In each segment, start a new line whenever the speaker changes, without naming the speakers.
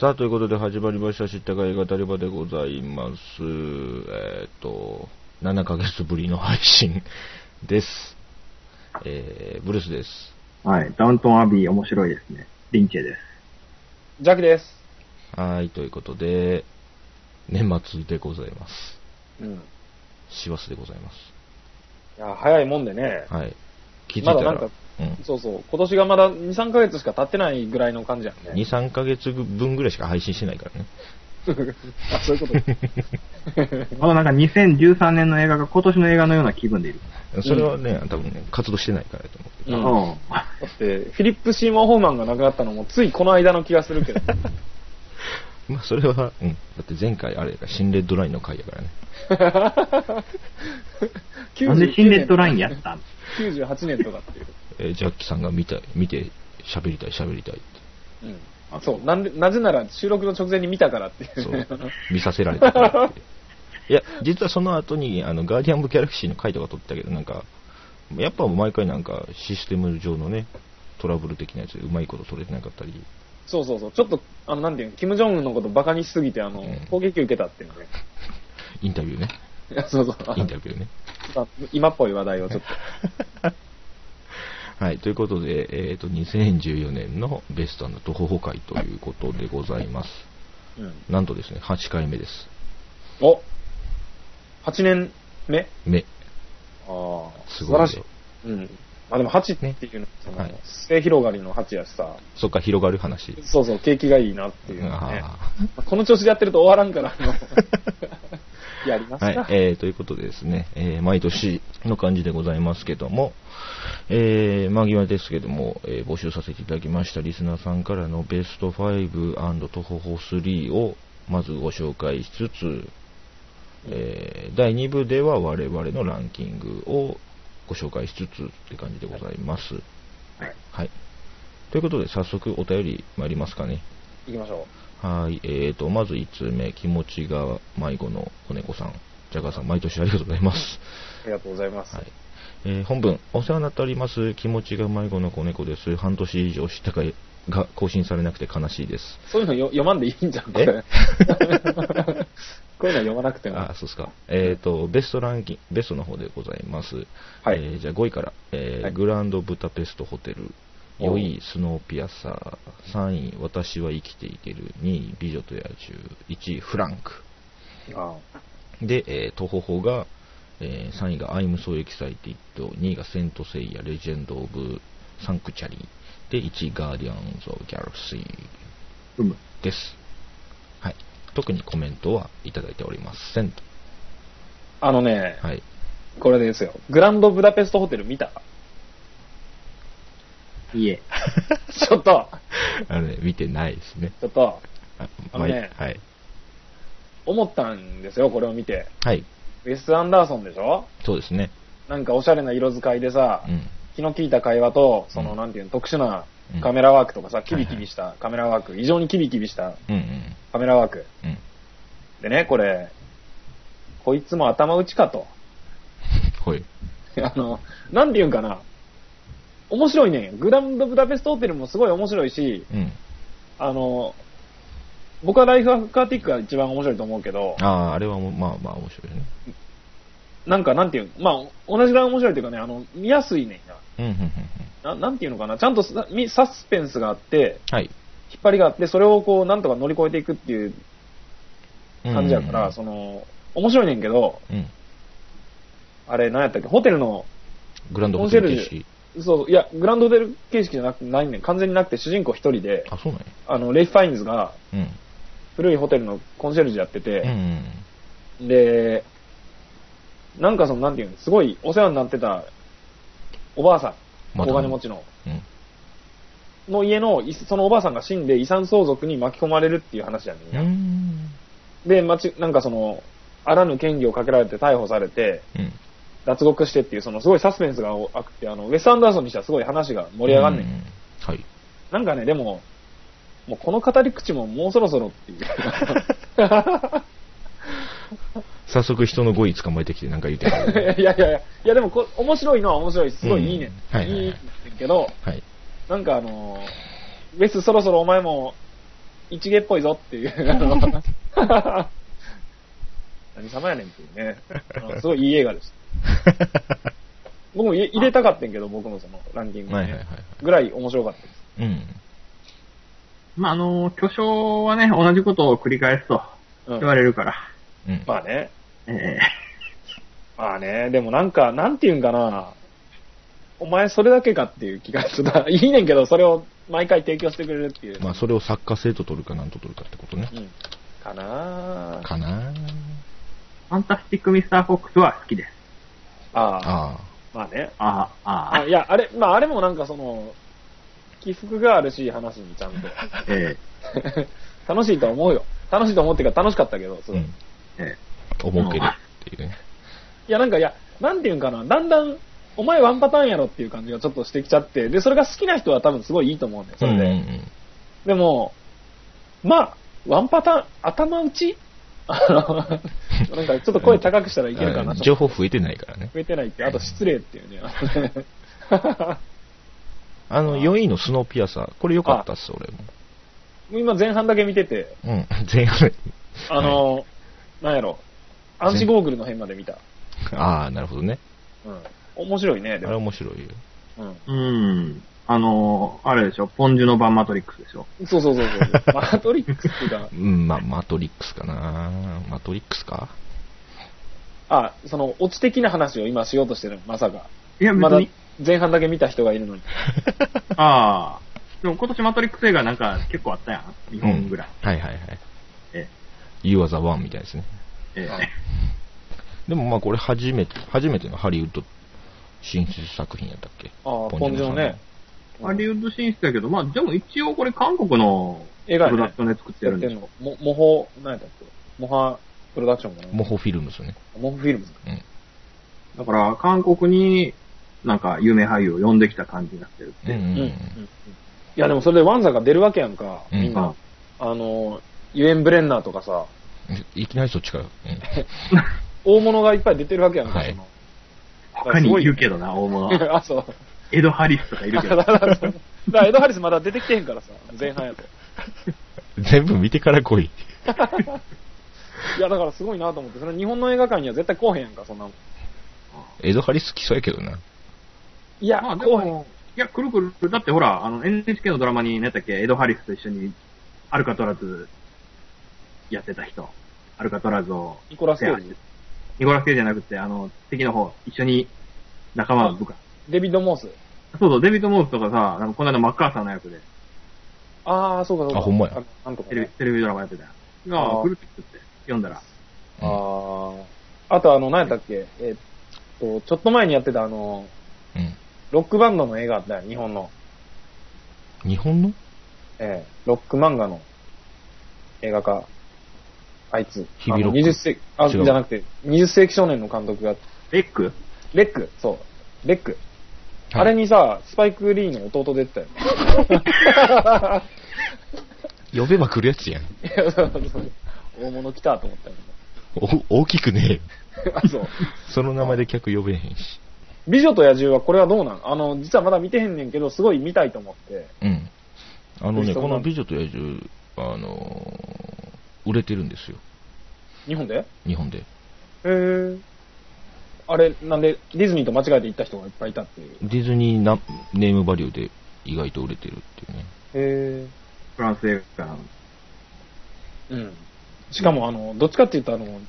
さあ、ということで始まりました、知ったかい語り場でございます。えっ、と、7ヶ月ぶりの配信です。えー、ブルースです。
はい。ダウントンアビー面白いですね。リンチェです。
ジャックです。
はい、ということで、年末でございます。
うん。い
師走でございます。
や、早いもんでね。
はい。気づいたら、
まだなんか
うん、
そうそう。今年がまだ2、3ヶ月しか経ってないぐらいの感じやんね。
2、3ヶ月分ぐらいしか配信してないからね。
あ、そういうこと。
このなんか2013年の映画が今年の映画のような気分でいる。
それはね、多分ね、活動してないからやと思 うけ
うん。
うん。だって、フィリップ・シーモア・ホーマンが亡くなったのもついこの間の気がするけ ど。
ど。まあ、それは、うん。だって前回あれやから、新レッドラインの回やからね。
99
なんで新レッドラインやったん
98年とかっていう。
えージャッキさんが見たい、見て、喋りたい、喋りたいっ
うん。そう。なんで、なぜなら収録の直前に見たからってい。
て、そうう、見させられたからって。いや、実はその後に、あの、ガーディアン・オブ・ギャラクシーの回とか撮ったけど、なんか、やっぱ毎回なんか、システム上のね、トラブル的なやつでうまいこと撮れてなかったり、
そうそうそう。ちょっと、あの、なんていうの、キム・ジョンウンのことバカにしすぎて、あの
うん、
攻撃を受けたっていう のね。
インタビューね。
いやそうそう。
インタビューね。
あ今っぽい話題をちょっと。
はい、ということで、えっ、と、2014年のベストの東宝会ということでございます。
うん。
なんとですね、8回目です。
お !8 年目あ
目。
あ
すご
素晴
いよ
らしい。うん。あ、でも8っていうのは、その、
はい
末広がりの8やしさ、
そっか、広がる話。
そうそう、景気がいいなっていうのね。
あー
この調子でやってると終わら んから、あのやりますな。
はい、えー、ということでですね、えー毎年の感じでございますけども、えー、間際ですけども、えー募集させていただきましたリスナーさんからのベスト5トホホ3をまずご紹介しつつ、えー第2部では我々のランキングをご紹介しつつって感じでございます。
はい。
はい。ということで早速お便り参りますかね。
行きましょ
はい、えーと、まず1通目、気持ちが迷子の子猫さん、ジャガーさん、毎年ありがとうございます。
う。ありがとうございます。
はいえー本文、お世話になっております、気持ちが迷子の子猫です。半年以上知ったかいが更新されなくて悲しいです。
そういうのよ読まんでいいんじゃん、こ
え
れ。 こういうの読まなくても。
あ、そうですか。えっ、と、ベストランキング、ベストの方でございます。
は
え
い
ーじゃあ5位から、えー
はい
グランドブタペストホテル、4
お
位、スノーピアサー、3位、私は生きていける、2位、美女と野獣、1位、フランク。
あ
で、えー、トホホが、えー3位が I'm so excited、2位がセントセイヤ、レジェンド・オブ・サンクチャリー、で、1位、ガーディアンズ・オブ・ギャラクシー
うむ。
です。はい。特にコメントはいただいておりませんと。
あのね、
はい。
これですよ。グランドブダペストホテル見た
いいえ。
ちょっと、
あのね、見てないですね。
ちょっと、
あ
あのね
まあはい。
思ったんですよ、これを見て。
はい。
ウェス・アンダーソンでしょ
そうですね。
なんかおしゃれな色使いでさ、
うん。
気の利いた会話と、その、
うん
なんていうの、特殊な
うん
カメラワークとかさ、キビキビしたカメラワーク、異常にキビキビした
うんうん。
カメラワーク。
うん。
でね、これ、こいつも頭打ちかと。
ほい。
あの、なんていうんかな。面白いね。グランドブダペストホテルもすごい面白いし、
うん。
あの、僕はライフアフカーティックが一番面白いと思うけど、
ああ、あれはもうまあまあ面白いね。
なんかなんていうの、まあ、同じぐらい面白いというかね、あの、見やすいねんな。
うんうんうんうん。
ななんていうのかな、ちゃんとサみサスペンスがあって、
はい。
引っ張りがあって、それをこう、なんとか乗り越えていくっていう感じやから、そ
の。
の、面白いねんけど、
うん。
あれ、何やったっけ、ホテルの、
グランドホテル
コンシェル
シ
そう、いや、グランドホテル形式じゃなくないねん、完全になくて、主人公一人で、
あ、そうなんや。
あの、レイフ・ファインズが、
うん。
古いホテルのコンシェルジュやって
うん
て、
うん
で、なんかその、なんていうの、すごいお世話になってた、おばあさん、
また
お金持ちの、
うん。
の家の、いそのおばあさんが死んで遺産相続に巻き込まれるっていう話やねん
う
な。
ん。
で、まち、なんかその、あらぬ嫌疑をかけられて逮捕されて、
うん。
脱獄してっていう、そのすごいサスペンスがあくて、あの、ウェス・アンダーソンにしてはすごい話が盛り上がんねん。
うはい。
なんかね、でも、もうこの語り口ももうそろそろっていう。
早速人の語彙捕まえてきてなんか言うてくる。
いやいやいや、いやでもこ面白いのは面白いし、すごいいいねん。
うんはいはいはい
いいねんけど、
はい。
なんかあの、ウェスそろそろお前も一芸っぽいぞっていう、あ の何様やねんっていう ね。あのすごいいい映画でした。僕も入れ入れたかったんけど、僕もそのランキングに
はい
ね、
はいはいはい。
ぐらい面白かったです。
うん。
まあ、あの、巨匠はね、同じことを繰り返すと
うん
言われるから。
うん。
まあね。
え
まあね、でもなんか、なんていうんかな、お前それだけかっていう気がする な。いいねんけど、それを毎回提供してくれるっていう。
まあ、それを作家性と取るかなんと取るかってことね
う。ん。かなあ
かなぁ
ーファンタスティック・ミスター・フォックスは好きです。
ああ、
あ
まあね。
ああ、あ
あ
あ
い、や、あれ、まああれもなんかその、起伏があるし、話にちゃ んと。
え
楽しいとは思うよ。楽しいと思ってから楽しかったけど、
あ。。
そううん
ええ
思うけどっていうね。
いや、なんか、いや、なんていうんかな、だんだん、お前ワンパターンやろっていう感じがちょっとしてきちゃって、で、それが好きな人は多分すごいいいと思うんだよ、それで。
うん
でも、まあ、ワンパターン、頭打ち あのなんかちょっと声高くしたらいけるかな
あ
と。
情報増えてないからね。
増えてないって、あと失礼っていうね。 あ
あの、
あ
4位のスノーピアサー、これ良かったっす、俺も。
の今前半だけ見てて、
うん、全員。
あの、なんやろ、アンチゴーグルの辺まで見た。
ああ、なるほどね。
うん。面白いね、
あ
で
れ
も。
面白いよ。
う
うん。あの、あれでしょ、ポンジュの版マトリックスでしょ。
ん。そうそう そうそう。マトリックスっていうか
う、ん、まあ、マトリックスかなマトリックスか
あ、その、オチ的な話を今しようとしてるの、まさか。
いや、別
まだ
に。
前半だけ見た人がいるのに。
ああ。でも今年マトリックス映画なんか結構あったやん。日本ぐらい。
うんはいはいはい。
え
You are the one みたいですね。
ええ
でもまあ、これ初めて、初めてのハリウッド進出作品やったっけ
ああ、ポンジュのね。。
ハリウッド進出だけど、まあでも一応これ韓国のプ
映画やね
ロダクションで作って
や
る
っ
ん
て
で
ん
しょ。
の。モモホ、何やったっけモハプロダクションかな
モホフィルムスね。
モホフィルムズ。
うん。
だから韓国になんか有名俳優を呼んできた感じになってるって。
うん
う。
うんん
うんいや、でもそれでワンザが出るわけやんか、
うん
みんな。あの、ユエン・ブレンナーとかさ、
うんいきなりそっちから。うん
大物がいっぱい出てるわけやんか、
はい
その。
他にいるけどな、大物。
あ、そう。
エド・ハリスとかいるけど。
だから、だからエド・ハリスまだ出てきてへんからさ、前半やと。
全部見てから来い。
いや、だからすごいなと思って、それ日本の映画館には絶対来おへんやんか、そんなもん。
エド・ハリス来そうやけどな。
いや、
まあで
来おへん。
も、いや、くるくる、だってほら、あの NHK のドラマに、ねだっけ、エド・ハリスと一緒にアルカトラズやってた人。アルカトラズを。
ニコラス・ケイジ、
ニコラス・ケイジじゃなくて、あの、敵の方、一緒に仲間の部下。
デビッド・モース。
そうそう、デビッド・モースとかさ、あのこの間マッカーサーの役で、
ああ、そうかそうか。
あほんまや。
なんとか
テレビ、
ね。
テレビドラマやってたやん。
あ
が、
ー
来るって言って、読んだら。
ああ。あとあの、何やったっけえっと、ちょっと前にやってたあの、
うん。
ロックバンドの映画あったよ、日本の。
日本の
ええロック漫画の映画化。あいつ。
日々ロック
あの20世紀、あ、
違
じ
う
ゃなくて、20世紀少年の監督が、
エック
レック、そう。レック。あれにさ、スパイク・リーの弟出てた よ。
呼べば来るやつやん。
いやそうそう大物来たと思ったよ。
お大きくね
あ、そう。
え。その名前で客呼べへんし。
美女と野獣はこれはどうなんあの、実はまだ見てへんねんけど、すごい見たいと思って。
うん。あのね、
そんな
この美女と野獣、あのー売れてるんですよ。
日本でへ
日本で。
え。あれ、なんで、ディズニーと間違えて行った人がいっぱいいたっていう。
ディズニーなネームバリューで意外と売れてるっていうね。
へえ。
フランス映画なの。
うん。しかも、あの、どっちかって言うと、あの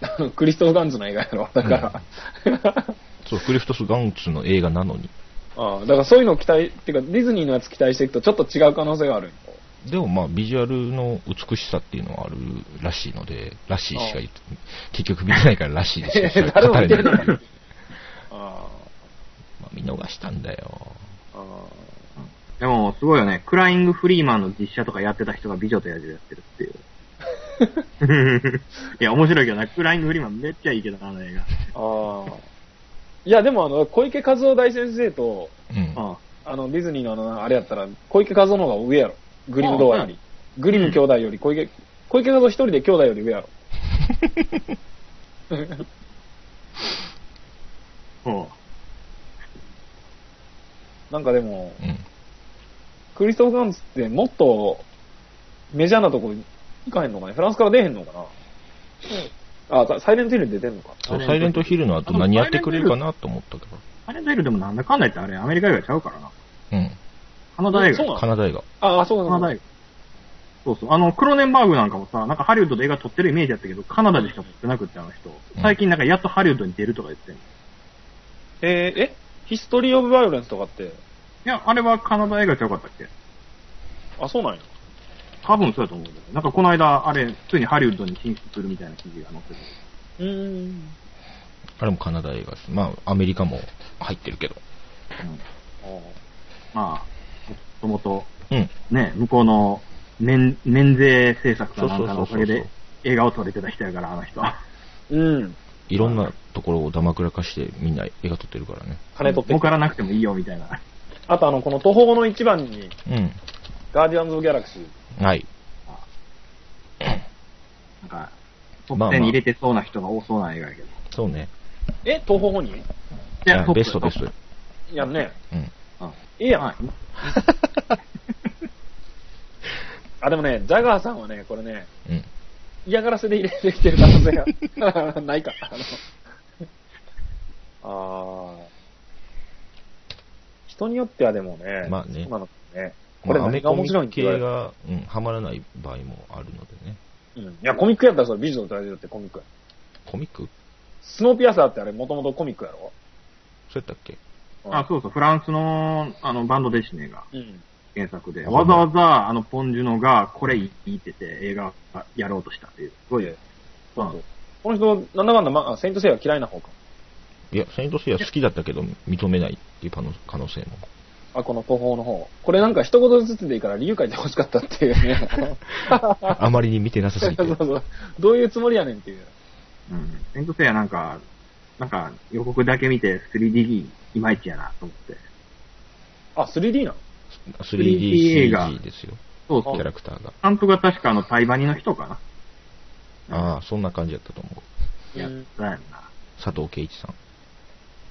あの、 クリストフ・ガンズの映画やろ。だから、
そう、クリフトス・ガンツの映画なのに。
ああだからそういうのを期待、っていうか、ディズニーのやつ期待していくとちょっと違う可能性がある。
でもまあ、ビジュアルの美しさっていうのはあるらしいので、らしいしか言って、結局見てないかららしいです
誰も見てない
ま
あ
あ、見逃したんだよ。
あ、あ
でも、すごいよね。クライング・フリーマンの実写とかやってた人が美女と野獣やってるってい う。いや、面白いけどな。クライング・フリーマンめっちゃいいけどな、あの映画。
あ。ああ。いや、でも、あの、小池和夫大先生と、
うん。
あ
あの、ディズニーのあの、あれやったら、小池和夫の方が上やろ。グリム童話より。グリム兄弟より小池、小池和夫一人で兄弟より上やろ。
そ
なんかでも、
うん。
クリストフ・ガンツってもっと、メジャーなとこ行かへんのかねフランスから出へんのかなあ、ササイレントヒルに出てんのか。
そう、サイレントヒルの後何やってくれるかなと思ったけど。
サイレントヒルでもなんだかんだ言ってあれ、アメリカ映画ちゃうからな。
うん。
カナダ映画
そう。なの
カナダ映画。
ああ、そう
カナ
なん
ダ
だ
映。画。そうそう。あの、クロネンバーグなんかもさ、なんかハリウッドで映画撮ってるイメージだったけど、カナダでしか撮ってなくって、あの人。最近なんかやっとハリウッドに出るとか言ってんの。い
えーえヒストリー・オブ・バイオレンスとかって、
や、あれはカナダ映画ちゃうかったっけ
あ、そうなんや。
多分そうやと思うんだけど。なんかこの間、あれ、ついにハリウッドに進出するみたいな記事が載ってて。
うーん。
あれもカナダ映画です。まあ、アメリカも入ってるけど。
うん
あ
まあ、もともと、
うん。
ね、向こうの免免税政策かなんかのお
そうそうそうそう
かげで映画を撮れてた人やから、あの人は。
ーうん。
いろんなところをだまくらかしてみんな映画撮ってるからね。
金取って
儲
き
か
た。
らなくてもいいよ、みたいな。
あとあの、この途方の一番に、
う
ガーディアンズ・オブ・ギャラクシー。
ん。はい。
なんか、トップ10に入れてそうな人が多そうな映画やけど。
そうね。
え東方に
いや、
トップ
ベストベスト。。
やんね。
うん。
うん
いいやん。
はい
あ、でもね、ジャガーさんはね、これね、
うん。
嫌がらせで入れてきてる可 能性がないか。あの、あー人によってはでもね、
まあね
今のね、これ
まあアメ
何が
コ
面
ミ
白いって
系
言われる
が、うん、はまらない場合もあるのでね。
うん。いや、コミックやったらそれ、美女の大事だってコミックや。
コミック
スノーピアサーってあれ、もともとコミックやろ
そうやったっけ
あ、そうそう、フランスのあのバンドですねが
うん。
原作で、
うん
わざわざあのポンジュノがこれいいって言ってて映画やろうとしたっていう。すごいね。
そうそう。この人、なんだかんだ、まあ、セイントセイヤ嫌いな方か。
いや、セイントセイヤ好きだったけど、認めないっていう可能可能性も。
あ、この東方の方。これなんか一言ずつでいいから理由書いて欲しかったっていうね。
あまりに見てなさす
そう
ぎて。
そう。どういうつもりやねんっていう。
うん。セントセイヤなんか、なんか予告だけ見て 3D いまいちやなと思って。
あ、3D な
3D 映画
3DCG ですよ、
そう
キ
そう
ャ。ラクターが。
監督が確かあの、タイバニの人かな。
ああ、そんな感じだったと思う。
や
の
ったやんな。
佐藤圭一さん。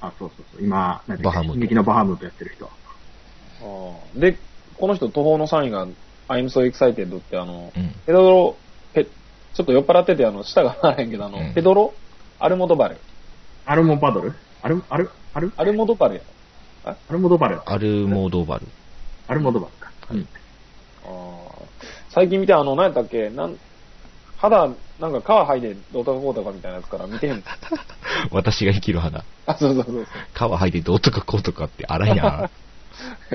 あ、そうそうそう。今、なんて
バハムト
進撃のバハムとやってる人。
うん。で、この人、途方の3位が、I'm so excited ってあの、
うん。
ペドロ、ペ、ちょっと酔っ払ってて、あの、舌が回らへんけど、あの、
うん
ペドロ、アルモドバレ。
アルモバドルアル、アル、アル、
アルモドバレや。
アルモドバルだ。
アルモド バル。
アルモドバルか。うん。
あー最近見て、あの、何やったっけ、なん、肌、なんか皮剥いで、どうたかこうたかみたいなやつから見て へん。
私が生きる花。
あ、そうそうそうそう。
皮剥いてどうとかこうとかってあらん や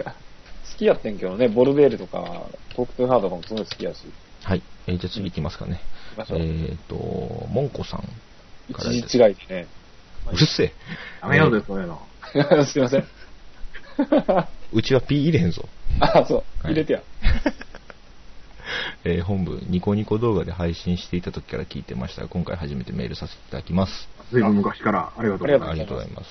好きやってんけどね、ボルベールとか、トークトゥーハードとかもすごい好きやし。
ん。はい。えーじゃあ次行きますかね。
行きましょう。
えっ、と、モンコさんから
一
です。
時違いでね。
うるせえ。
やめようぜ、そういうの。
すいません。
うちは P 入れへんぞ。
あ、そう。
はい
入れてや。
えー本部、ニコニコ動画で配信していた時から聞いてましたが、今回初めてメールさせていただきます。
ずいぶん昔からありがとうございま
あ
す。
りがとうございます。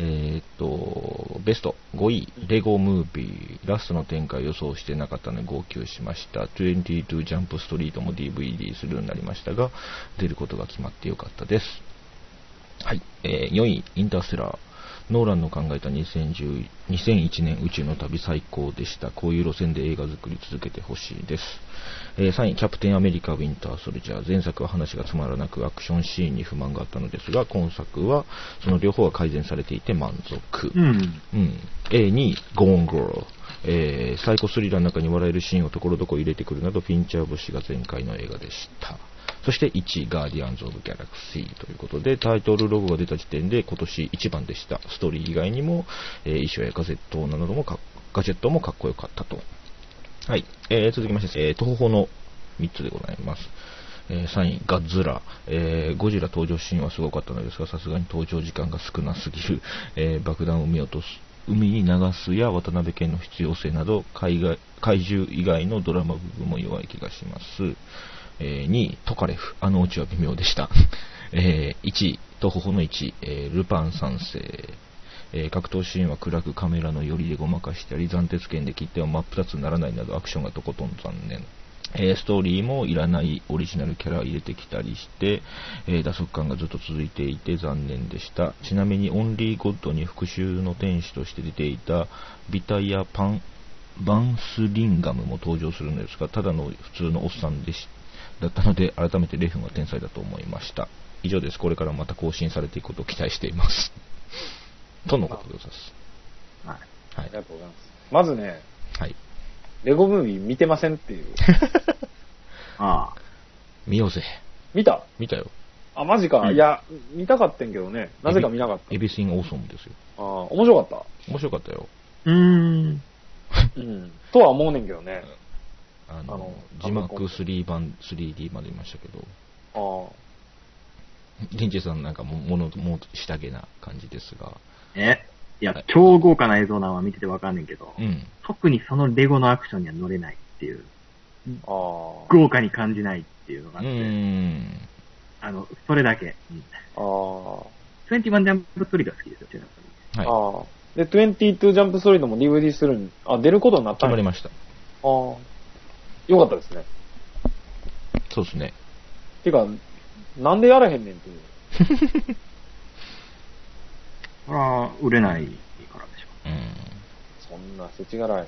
えーっと、ベスト5位、レゴムービー、ラストの展開予想してなかったので号泣しました。22ジャンプストリートも DVD するようになりましたが、出ることが決まってよかったです。はい、え4位、インターステラー。ノーランの考えた2010 2001年宇宙の旅最高でした。こういう路線で映画作り続けてほしいです。えー3位、キャプテンアメリカ・ウィンター・ソルジャー。前作は話がつまらなくアクションシーンに不満があったのですが、今作はその両方が改善されていて満足。
うん。
うん。A に、ゴーンゴール。えーサイコスリラーの中に笑えるシーンをところどころ入れてくるなど、フィンチャー節が全開の映画でした。そして1位、ガーディアンズ・オブ・ギャラクシーということで、タイトルロゴが出た時点で今年一番でした。ストーリー以外にも、えー衣装やガジェットなどもか、ガジェットもかっこよかったと。はい。えー続きまして、えー東宝の3つでございます。えー3位、ガッズラ、えーゴジラ登場シーンはすごかったのですが、さすがに登場時間が少なすぎる、えー爆弾を海落とす、海に流すや渡辺県の必要性など、海外怪獣以外のドラマ部分も弱い気がします。えー2位、トカレフ、あのオチは微妙でした。えー1位、東宝の1位、えールパン三世、えー格闘シーンは暗くカメラの寄りでごまかしたり、斬鉄剣で切っては真っ二つにならないなどアクションがとことん残念。えーストーリーもいらないオリジナルキャラを入れてきたりして、えー打足感がずっと続いていて残念でした。ちなみにオンリーゴッドに復讐の天使として出ていたビタイア・パン、バンスリンガムも登場するのですが、ただの普通のおっさんでしだったので、改めてレフンは天才だと思いました。以上です。これからまた更新されていくことを期待しています。とのことでござい
はい。
あ
ま
り
す。は
が
い。
とうございます。まずね、
はい。
レゴムービー見てませんっていう。
ああ。
見ようぜ。
見た
見たよ。
あ、マジか。
うん
いや、見たかったんけどね。なぜか見なかった。
エビスインオーソムですよ。
ああ、面白かっ
面白かったよ。
うーん。
た。うん。とは思うねんけどね。
あ
あ
の
の、
字幕
あそこ
3版、3D まで見ましたけど、
ああ。
デンジェさんなんかも物、も下げな感じですが、
えいや
はい、
超豪華な映像なんは見ててわかんねんけど、
うん。
特にそのレゴのアクションには乗れないっていう、
ああ。
豪華に感じないっていうの
う
があって、
ーん。
あの、それだけ。うん。
ああ。
21ジャンプストリートは好きですよ、ちな
は
みに
い。
ああ。で、22ジャンプストリートも DVD するん、あ、出ることになった
決
ん
まり
や
ました。
ああ。よかったですね。
そうですね。
てか、なんでやらへんねんっていう。
それは売れないからでしょ。
うん。
そんな世知辛い。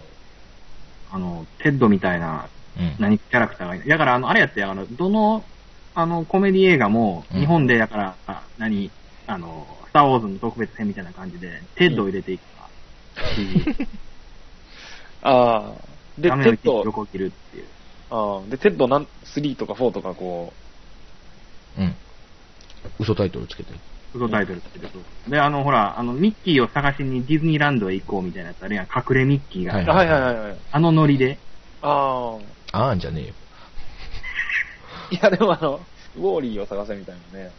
あの、テッドみたいな
うん。
何キャラクターがいない。だから、あの、あれやって、あの、どの、あの、コメディ映画も、
うん
日本で、だから、あ何、あの、スターウォーズの特別編みたいな感じで、テッドを入れていくか。
ああ。で、テ
画面を
ッ
一気に
ド、
横切るっていう。
ああ。で、テッドなん3とか4とかこ
うん。嘘タイトルつけて。
嘘タイトルつけてそうで、あの、ほら、あの、ミッキーを探しにディズニーランドへ行こうみたいなやつあるやん。隠れミッキーが。
はい
あはいはいはいはい。
あのノリで。
ああ。
あーんじゃねえよ。
いや、でもあの、ウォーリーを探せみたいなね。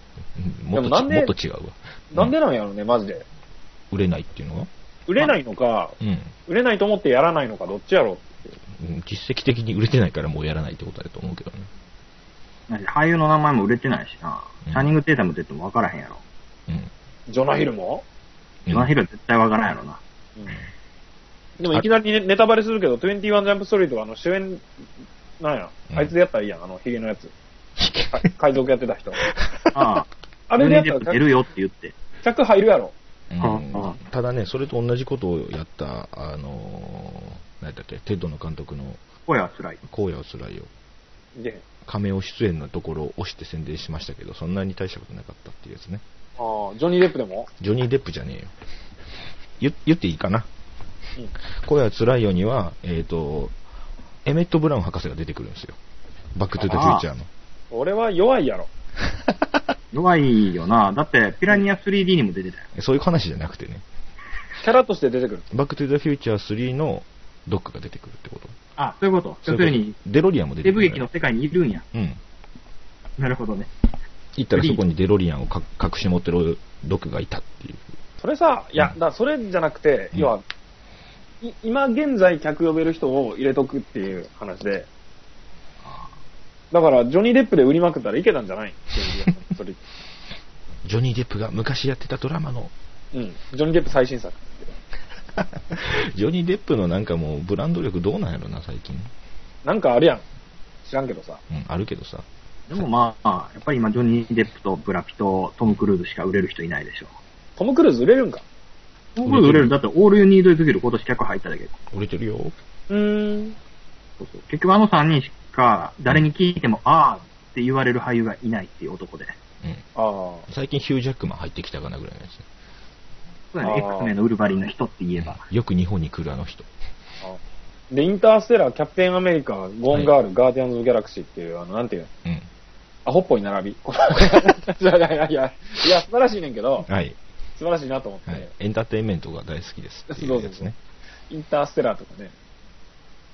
うんもっと
でもなんで
もっと違うわ。
なんでなんやろね、マジで。
売れないっていうのは
売れないのか、
うん。
売れないと思ってやらないのか、どっちやろ
うん実績的に売れてないからもうやらないってことだと思うけどね。
なんか俳優の名前も売れてないしな。
う
シ
ん
ャーニング・テータムって言っても分からへんやろ。
うん。
ジョナヒルも、
ジョナヒルは絶対分からんやろ な。
でもいきなりねネタバレするけど、21ジャンプストリートはあの主演、なんや、
うん
あいつでやったらいいやん、あの、ヒゲのやつ。か海賊やってた人。
ああ。
あれでやっ
ジョニーデップ
た
出
ら
るよって言って。
客入るやろ。
うん
ああ
ただね、それと同じことをやった、あのー、何だっけ、テッドの監督の
声は辛い。
荒野をつらいよ。
で、
亀を出演のところを押して宣伝しましたけど、そんなに大したことなかったっていうやつね。
あージョニー・デップでも、
ジョニー・デップじゃねえよ。 言言っていいかな
うん
声は辛いよには、えっ、と、エメット・ブラウン博士が出てくるんですよ。バック・トゥ・ザ・フューチャーの。
俺は弱いやろ。
弱いよな。だって、ピラニア 3D にも出てたよ。
そういう話じゃなくてね。
キャラとして出てくる。
バック・トゥ・ザ・フューチャー3のドックが出てくるってこと。
あ、そういうこと。要するに、
デロリアンも出て
デ
く
ブ
る
劇
か
の
ら。
世界にいるんや。
うん。
なるほどね。
行ったらそこにデロリアンをか隠し持ってるドックがいたっていう。
それさ、いや、
うん
だからそれじゃなくて、
うん
要は、い今現在客呼べる人を入れとくっていう話で、だから、ジョニー・デップで売りまくったらいけたんじ ゃないそれ
ジョニー・デップが昔やってたドラマの、
うん。ジョニー・デップ最新作。
ジョニー・デップのなんかもうブランド力どうなんやろな、最近。
なんかあるやん。知らんけどさ。
うん、あるけどさ。
でもまあ、やっぱり今、ジョニー・デップとブラピとトム・クルーズしか売れる人いないでしょ。
トム・クルーズ売れるんか
トム・クルーズ売れる。だって、オール・ユニード・イズ・ビル今年客入っただけど。
売れてるよ。
うーん。
そうそう結局あの3人しか、誰に聞いても、あーって言われる俳優がいないっていう男で。
うん。
あ
最近ヒュージャックマン入ってきたかなぐらいのやつね。
そうやね、
あー
X メンのウルヴァリンの人って言えば。
よく日本に来るあの人。
あああ。で、インターステラー、キャプテン・アメリカ、ゴーン・ガール、ガーディアンズ・オブギャラクシーっていう、あの、なんていうの、
うん。
アホっぽい 並び。 いやいやいやいや、いや、素晴らしいねんけど、
はい。
素晴らしいなと思って、
はい。エンターテインメントが大好きですっていうやつね。
インターステラーとかね、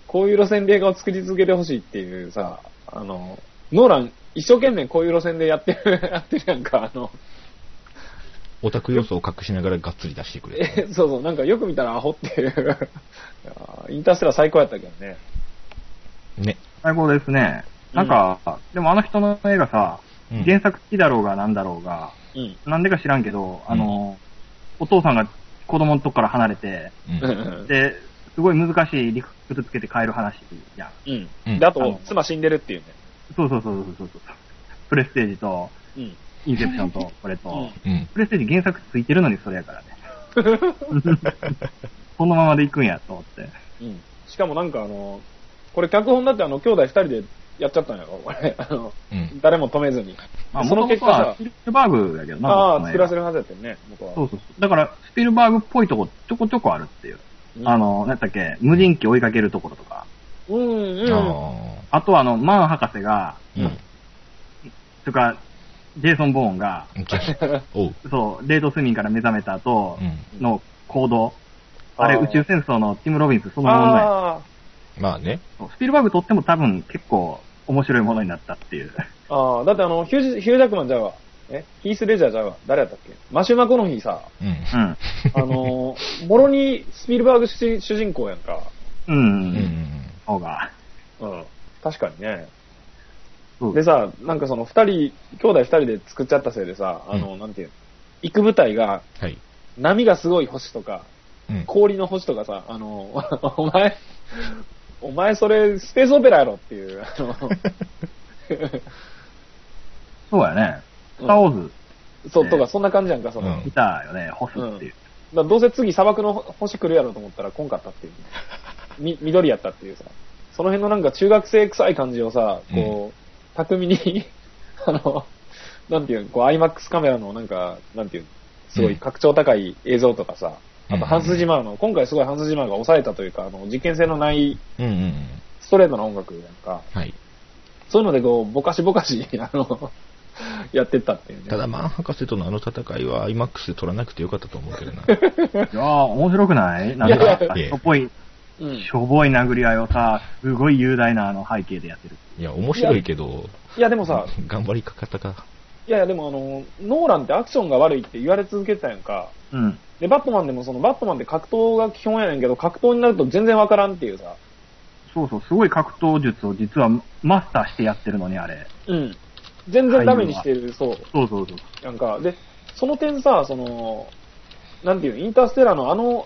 こういう路線で映画を作り続けてほしいっていうさ、あの、ノーラン、一生懸命こういう路線でやってる、 やってるやんか、あの、
オタク要素を隠しながらがっつり出してくれて。
え、そうそう、なんかよく見たらアホっていう。 あーインターステラー最高やったけどね。
ね。
最高ですね。なんか、でもあの人の映画さ、
うん
原作好きだろうがなんだろうが、
うん。
なんでか知らんけど、あの、お父さんが子供のとこから離れて、
うん。
で、すごい難しい理屈つけて帰る話じゃん。
うん。
うん
で、あ
あ
と
の、
妻死んでるっていうね。
そうそうそうそうそうそう。プレステージと、
うん。
インセプションと、これと、
う
う
ん
ん。
プレステージ原作つい てるのにそれやからね。そのままでいくんやと思って。
うん。 しかもなんかあの、これ脚本だってあの、兄弟二人でやっちゃったんやろ、これ。あの、
うん
誰も止めずに。
まあ、
そ
そ
の
の
結
結
果
果
さ
は、スピルバーグだけどな。
あ
こ
あ、
の映
作
画
らせるはずやってんね、僕は。
そうそうそう。だから、スピルバーグっぽいとこ、ちょこちょこあるっていう。
うん
あ、の、なんだっけ、無人機追いかけるところとか。
うんうん。
あ
あとはあの、マン博士が、
ーうん。
とか、ジェイソン・ボーンが、
じゃ あおう。
そう、冷凍睡眠から目覚めた後
うん。
の行動。あれ、
あー
宇宙戦争のティム・ロビンスそのものだよ
あ
まあね。
そうスピルバーグとっても多分結構面白いものになったっていう。
あ、ああ、だってあの、ヒュージヒュージャックマンちゃうわ。えヒース・レジャーちゃうわ。誰やったっけマシュマコの日さ、
うん。
うん。
あのー、もろにスピルバーグ主主人公やんか。
う。
うんんう
うん。
ん
方が。
うん。確かにね。
そう
でさ、なんかその二人、兄弟二人で作っちゃったせいでさ、あの、なんていうの、行く舞台が、
うん。はい。
波がすごい星とか、
うん。
氷の星とかさ、あの、 お前、お前それスペースオペラやろっていう、あの、
そうやね。スター・ウォーズ
そう、とかそんな感じやんか、その、
うん
見たよね、ホスっていう。
だからどうせ次砂漠の星来るやろと思ったら来んかっ たっていう。み、緑やったっていうさ。その辺のなんか中学生臭い感じをさ、こう、巧みに、 あの、なんていうの、こう、IMAX カメラのなんか、なんていうの、すご
う
い
ん
拡張高い映像とかさ、あと、ハンス・ジ
マ。
マーの、今回すごいハンス・ジマーが抑えたというか、あの、実験性のない
うんうんうん。
ストレートな音楽なんか、
はい。
そういうのでこう、ぼかしぼかし、 あの、やってったっていうね。
ただ、マン博士とのあの戦いは IMAX で撮らなくてよかったと思うけ どな。
いやー、面白くないなん
いや
か、
い
やいや
しょぼい、
うん。
しょぼい殴り合いをさ、すごい雄大なあの背景でやってる。
いや、面白いけど、
いや、でもさ、
頑張りかかったか。
いやいや、でもあの、ノーランってアクションが悪いって言われ続けてたやんか。
うん。
で、バットマンでもその、バットマンって格闘が基本やねんけど、格闘になると全然わからんっていうさ。
そうそう、すごい格闘術を実はマスターしてやってるのに、あれ。
うん。全然ダメにしてる、そう。
そうそうそう。
なんか、で、その点さ、その、なんていうのインターステラーのあの、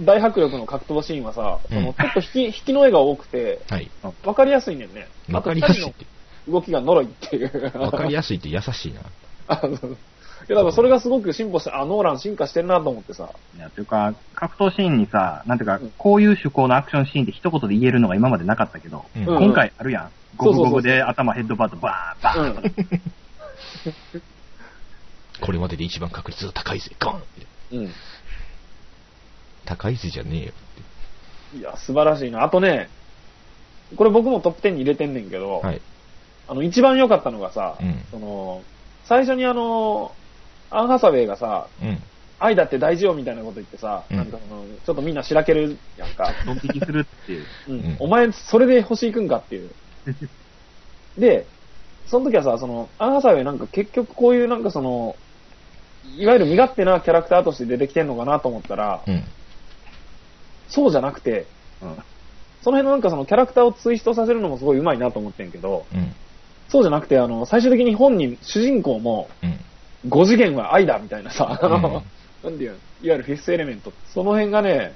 大迫力の格闘シーンはさ、そ
うん
のちょっと引き、引きの絵が多くて、
はい。
わかりやすいねんね。
わかりやすい
あ
っ
と
て、
二人の動きが呪いっていう。
わかりやすいって優しいな。
あのいや、だからそれがすごく進歩して、あ、ノーラン進化してんなと思ってさ。
いや、というか、格闘シーンにさ、なんていうか
うん、
こういう趣向のアクションシーンって一言で言えるのが今までなかったけど、
うん
今回あるやん。
そ
ゴ
う
ブ
そうそう
ゴブで頭ヘッドバットバーン、バーン。
うん。
これまでで一番確率が高いぜ、ゴン
うん。
高いぜじゃねえよ。
いや、素晴らしいな。あとね、これ僕もトップ10に入れてんねんけど、
はい。
あの、一番良かったのがさ、
うん
その、最初にあの、アンハサウェイがさ、
うん。
愛だって大事よみたいなこと言ってさ、
うん
なんかその、ちょっとみんなしらけるやんか。
ドン引きするっていう。
うん。
うん
お前、それで星行くんかっ ていう。で、その時はさ、その、アンハサウェイなんか結局こういうなんかその、いわゆる身勝手なキャラクターとして出てきてんのかなと思ったら、
うん。
そうじゃなくて、
うん。
その辺のなんかそのキャラクターをツイストさせるのもすごい上手いなと思ってんけど、
うん。
そうじゃなくて、あの、最終的に本人、主人公も、
うん。
5次元は愛だみたいなさ、あの、
う
なんていうのいわゆるフィフスエレメント。その辺がね、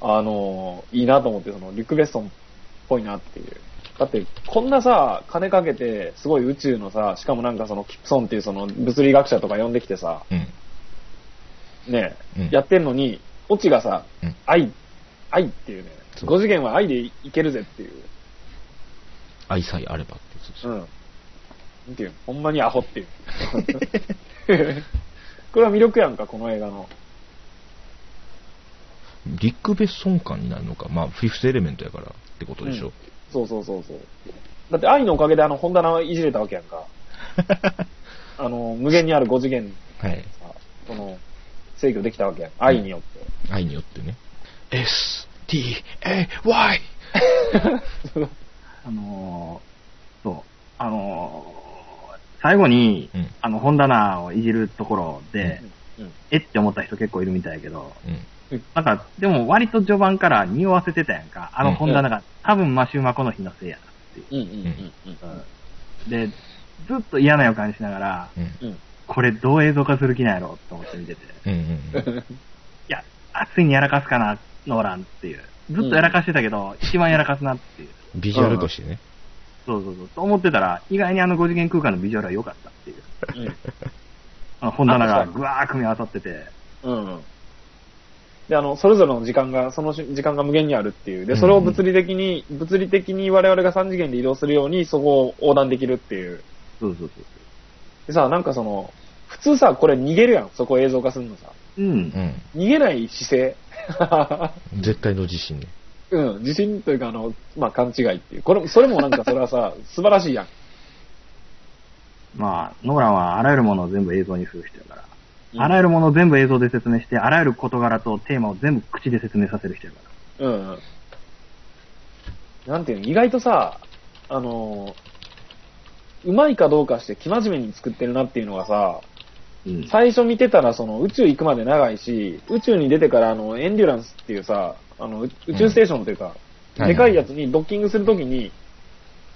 あの、いいなと思って、その、リュック・ベストンっぽいなっていう。だって、こんなさ、金かけて、すごい宇宙のさ、しかもなんかその、キプソンっていうその、物理学者とか呼んできてさ、
ん。
ね、
うん
やってんのに、オチがさ、
うん
愛、愛っていうね、
そう
5次元は愛でいけるぜっていう。
愛さえあればってやつです
うん。なんていうのほんまにアホっていう。 これは魅力やんか、この映画の。
リック・ベッソン感になるのか、まあ、フィフスエレメントやからってことでしょ。
そうそうそうそう。だって愛のおかげであの本棚をいじれたわけやんか。あの、無限にある5次元
はい。
さ、その、制御できたわけやん。愛によって。
愛によってね。S, T, A, Y!
あのー、そう。あのー、最後に、
うん
あの、本棚をいじるところで、
うん。
えって思った人結構いるみたいやけど、
うん。
なんか、でも割と序盤から匂わせてたやんか。あの本棚が、多分マシュマコの日のせいやなっていう。
うんうんうん
で、ずっと嫌な予感しながら、
うん。
うん。
これどう映像化する気なんやろと思って見てて。
うん。うん。
いや、あついにやらかすかな、ノーランっていう。ずっとやらかしてたけど、一番やらかすなっていう。
ビジュアルとしてね。
そうそうそう。と思ってたら、意外にあの5次元空間のビジュアルは良かったっていう。
うん。
あの本棚
あ
が
そう
ぐわー組み合わさってて、
うん。うん。で、あの、それぞれの時間が、そのし時間が無限にあるっていう。で、
うん
それを物理的に、物理的に我々が3次元で移動するように、そこを横断できるっていう。
そうそうそ
でさ、なんかその、普通さ、これ逃げるやん、そこ映像化するのさ。
う。うん
う。ん。
逃げない姿勢。
絶対の自信ね。
うん、自信というか、あの、まあ、勘違いっていう。これ、それもなんかそれは さ、素晴らしいやん。
まあ、ノーランはあらゆるものを全部映像にする人やから。
うん
あらゆるものを全部映像で説明して、あらゆる事柄とテーマを全部口で説明させる人やか
うんうん。なんていうの、意外とさ、あのー、うまいかどうかして、生真面目に作ってるなっていうのがさ、
ら。うん。
最初見てたら、その、宇宙行くまで長いし、宇宙に出てから、あの、エンデュランスっていうさ、あの、う宇宙ステーションというか、
うん
でかいやつにドッキングするときに、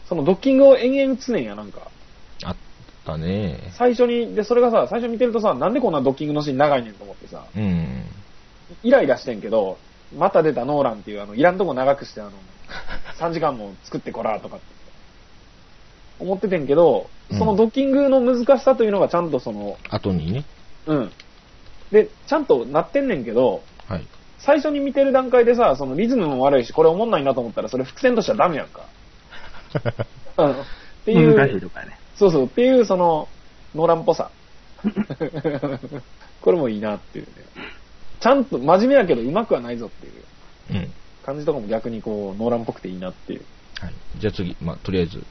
そのドッキングを延々打つねんや、なんか。
あったね。
最初に、で、それがさ、最初見てるとさ、なんでこんなドッキングのシーン長いねんと思ってさ、
うん。
イライラしてんけど、また出たノーランっていう、あの、いらんとこ長く して、あの、3時間も作ってこら、とかって。思っててんけど、そのドッキングの難しさというのがちゃんとその、
後にね。
うん。で、ちゃんとなってんねんけど、
はい。
最初に見てる段階でさ、そのリズムも悪いし、これ思んないなと思ったら、それ伏線としてはダメやん か。うん。っていう、
難しいとかね。
そうそう、っていうその、ノーランっぽさ。 これもいいなっていうね。ちゃんと真面目やけど上手くはないぞっていう
うん。
感じとかも逆にこう、ノーランっぽくていいなっていう。
はい。じゃあ次、まあ、とりあえず、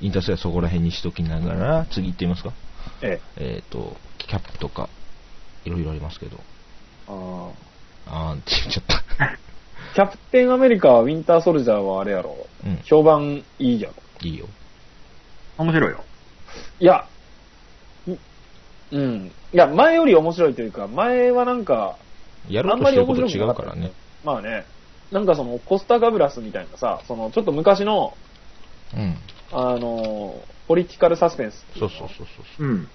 インターステラーそこら辺にしときながら、次行ってみますか。
ええ。
えっ、と、キャップとか、いろいろありますけど。
あ
あーって言っちゃ った。
キャプテンアメリカはウィンターソルジャーはあれやろ。
うん
評判いいやろ。
いいよ。
面白いよ。
いや、いうん。いや、前より面白いというか、前はなんか、
やろうとしてること違うからね。
まあね、なんかその、コスタ・ガブラスみたいなさ、その、ちょっと昔の、
うん。
あの、ポリティカルサスペンス
そうそうそうそうう。
ん。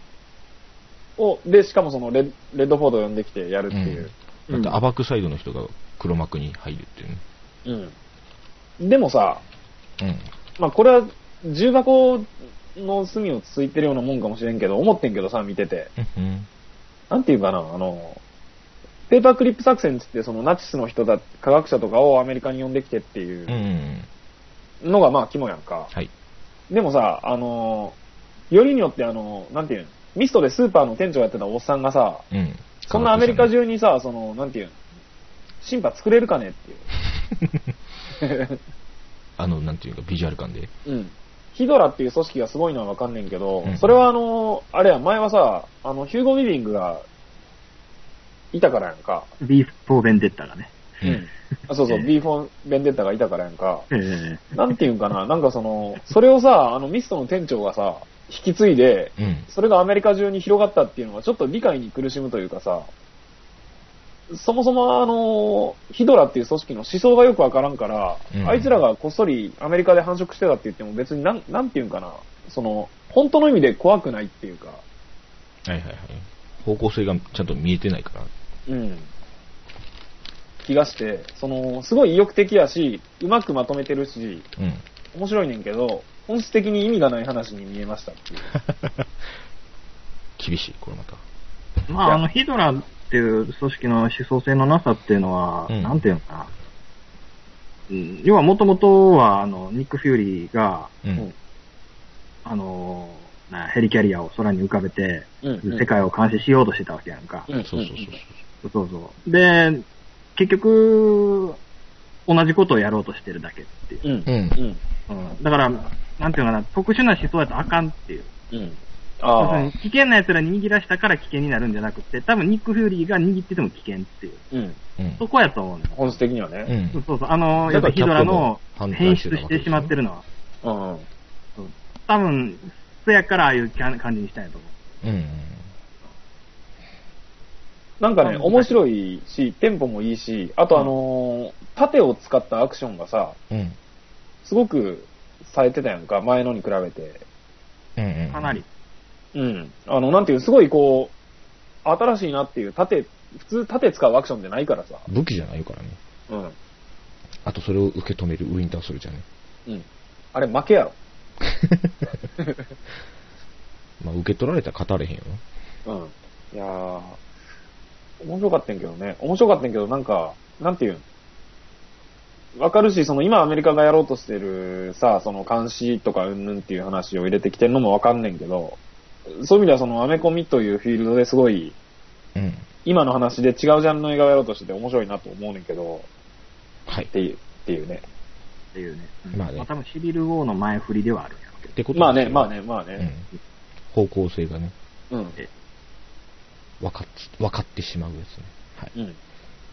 を、で、しかもそのレッ、レッドフォードを呼んできてやるっていう。
だって、アバクサイドの人が黒幕に入るっていうね。
うん。でもさ、
うん。
まあこれは、重箱の隅をついてるようなもんかもしれんけど、思ってんけどさ、見てて。
うんうん。。
なんていうかな、あの、ペーパークリップ作戦っつって、そのナチスの人だ、科学者とかをアメリカに呼んできてっていううんのがまあ肝やんか。
はい。
でもさ、あのーよりによってあのーなんていうのミストでスーパーの店長やってたおっさんがさ、
うん。
そんなアメリカ
科学者ね
中にさ、その、なんていうの審判作れるかねっていう。
あの、なんていうか、ビジュアル感で。
うん。ヒドラっていう組織がすごいのはわかんねんけど、
うん
それはあのーあれや、前はさ、あの、ヒューゴ・ビビングが、いたからやんか。
ビーフ・フォー・ベンデッタがね。
うん。あそうそう、
ええ
B4 ベンデッタがいたからやんか。
ええ
なんていうんかな、なんかその、それをさ、あの、ミストの店長がさ、引き継いで、
うん。
それがアメリカ中に広がったっていうのはちょっと理解に苦しむというかさ、そもそもあの、ヒドラっていう組織の思想がよくわからんから、
うん
あいつらがこっそりアメリカで繁殖してたって言っても別になん、なんていうんかな、その、本当の意味で怖くないっていうか、
はいはいはい。方向性がちゃんと見えてないから。
うん。気がして、その、すごい意欲的やし、うまくまとめてるし、
うん。
面白いねんけど、本質的に意味がない話に見えましたっていう。
厳しい、これまた。
まあ、あの、ヒドラっていう組織の思想性のなさっていうのは、
うん
なんていうのかな。うん、要は、もともとは、あの、ニック・フューリーが、
うん。
あの、なヘリキャリアを空に浮かべて、
うんうん
世界を監視しようとしてたわけやんか。
うん
そうそうそう
そうそう。で、結局、同じことをやろうとしてるだけっていう。
うん。うん。
そう。
うん。
うん、だから、なんていうのかな、特殊な思想やとあかんっていう。
うん。
要す
あ
る
あ
に。危険な奴らに握らしたから危険になるんじゃなくて、多分ニック・フューリーが握ってても危険っていう。
うん。
うん。
そこやと思うんだよ
本質的には
う
ね。
ん。
そうそう、あの、
だ
や
か
っぱ
ら
ヒドラの
キャットも
変質してしまってるのは、
うん。うん。
多分、そやからああいうキャ感じにしたんやと思う。
うん。
なんかね、
うん
面白いし、テンポもいいし、あとあのー盾を使ったアクションがさ、
うん。
すごくされてたやんか、前のに比べて。
うん。うん。
かなり。。
うん。あの、なんていう、すごいこう、新しいなっていう、盾、普通盾使うアクションじゃないからさ。
武器じゃないからね。
うん。
あとそれを受け止めるウィンターソルジャーね。
うん。あれ負けやろ。
まあ、受け取られたら語れへんよ
うん。いやー面白かったんやけどね。面白かったんやけど、なんか、なんていうんわかるし、その今アメリカがやろうとしてるさ、その監視とかうんぬんっていう話を入れてきてるのもわかんねんけど、そういう意味ではそのアメコミというフィールドですごい、
うん。
今の話で違うジャンルの映画をやろうとしてて面白いなと思うねんけど、
はい
っ。ていう、っていうね。
っていうね。
まあね
多分シビル・ウォーの前振りではあるんやろうけど
っ。てことですよ
まあね、まあ。ね、まあ
う
ね。
ん。方向性がね、
うん。
分かっつ、分かってしまうやつね。はい。
うん。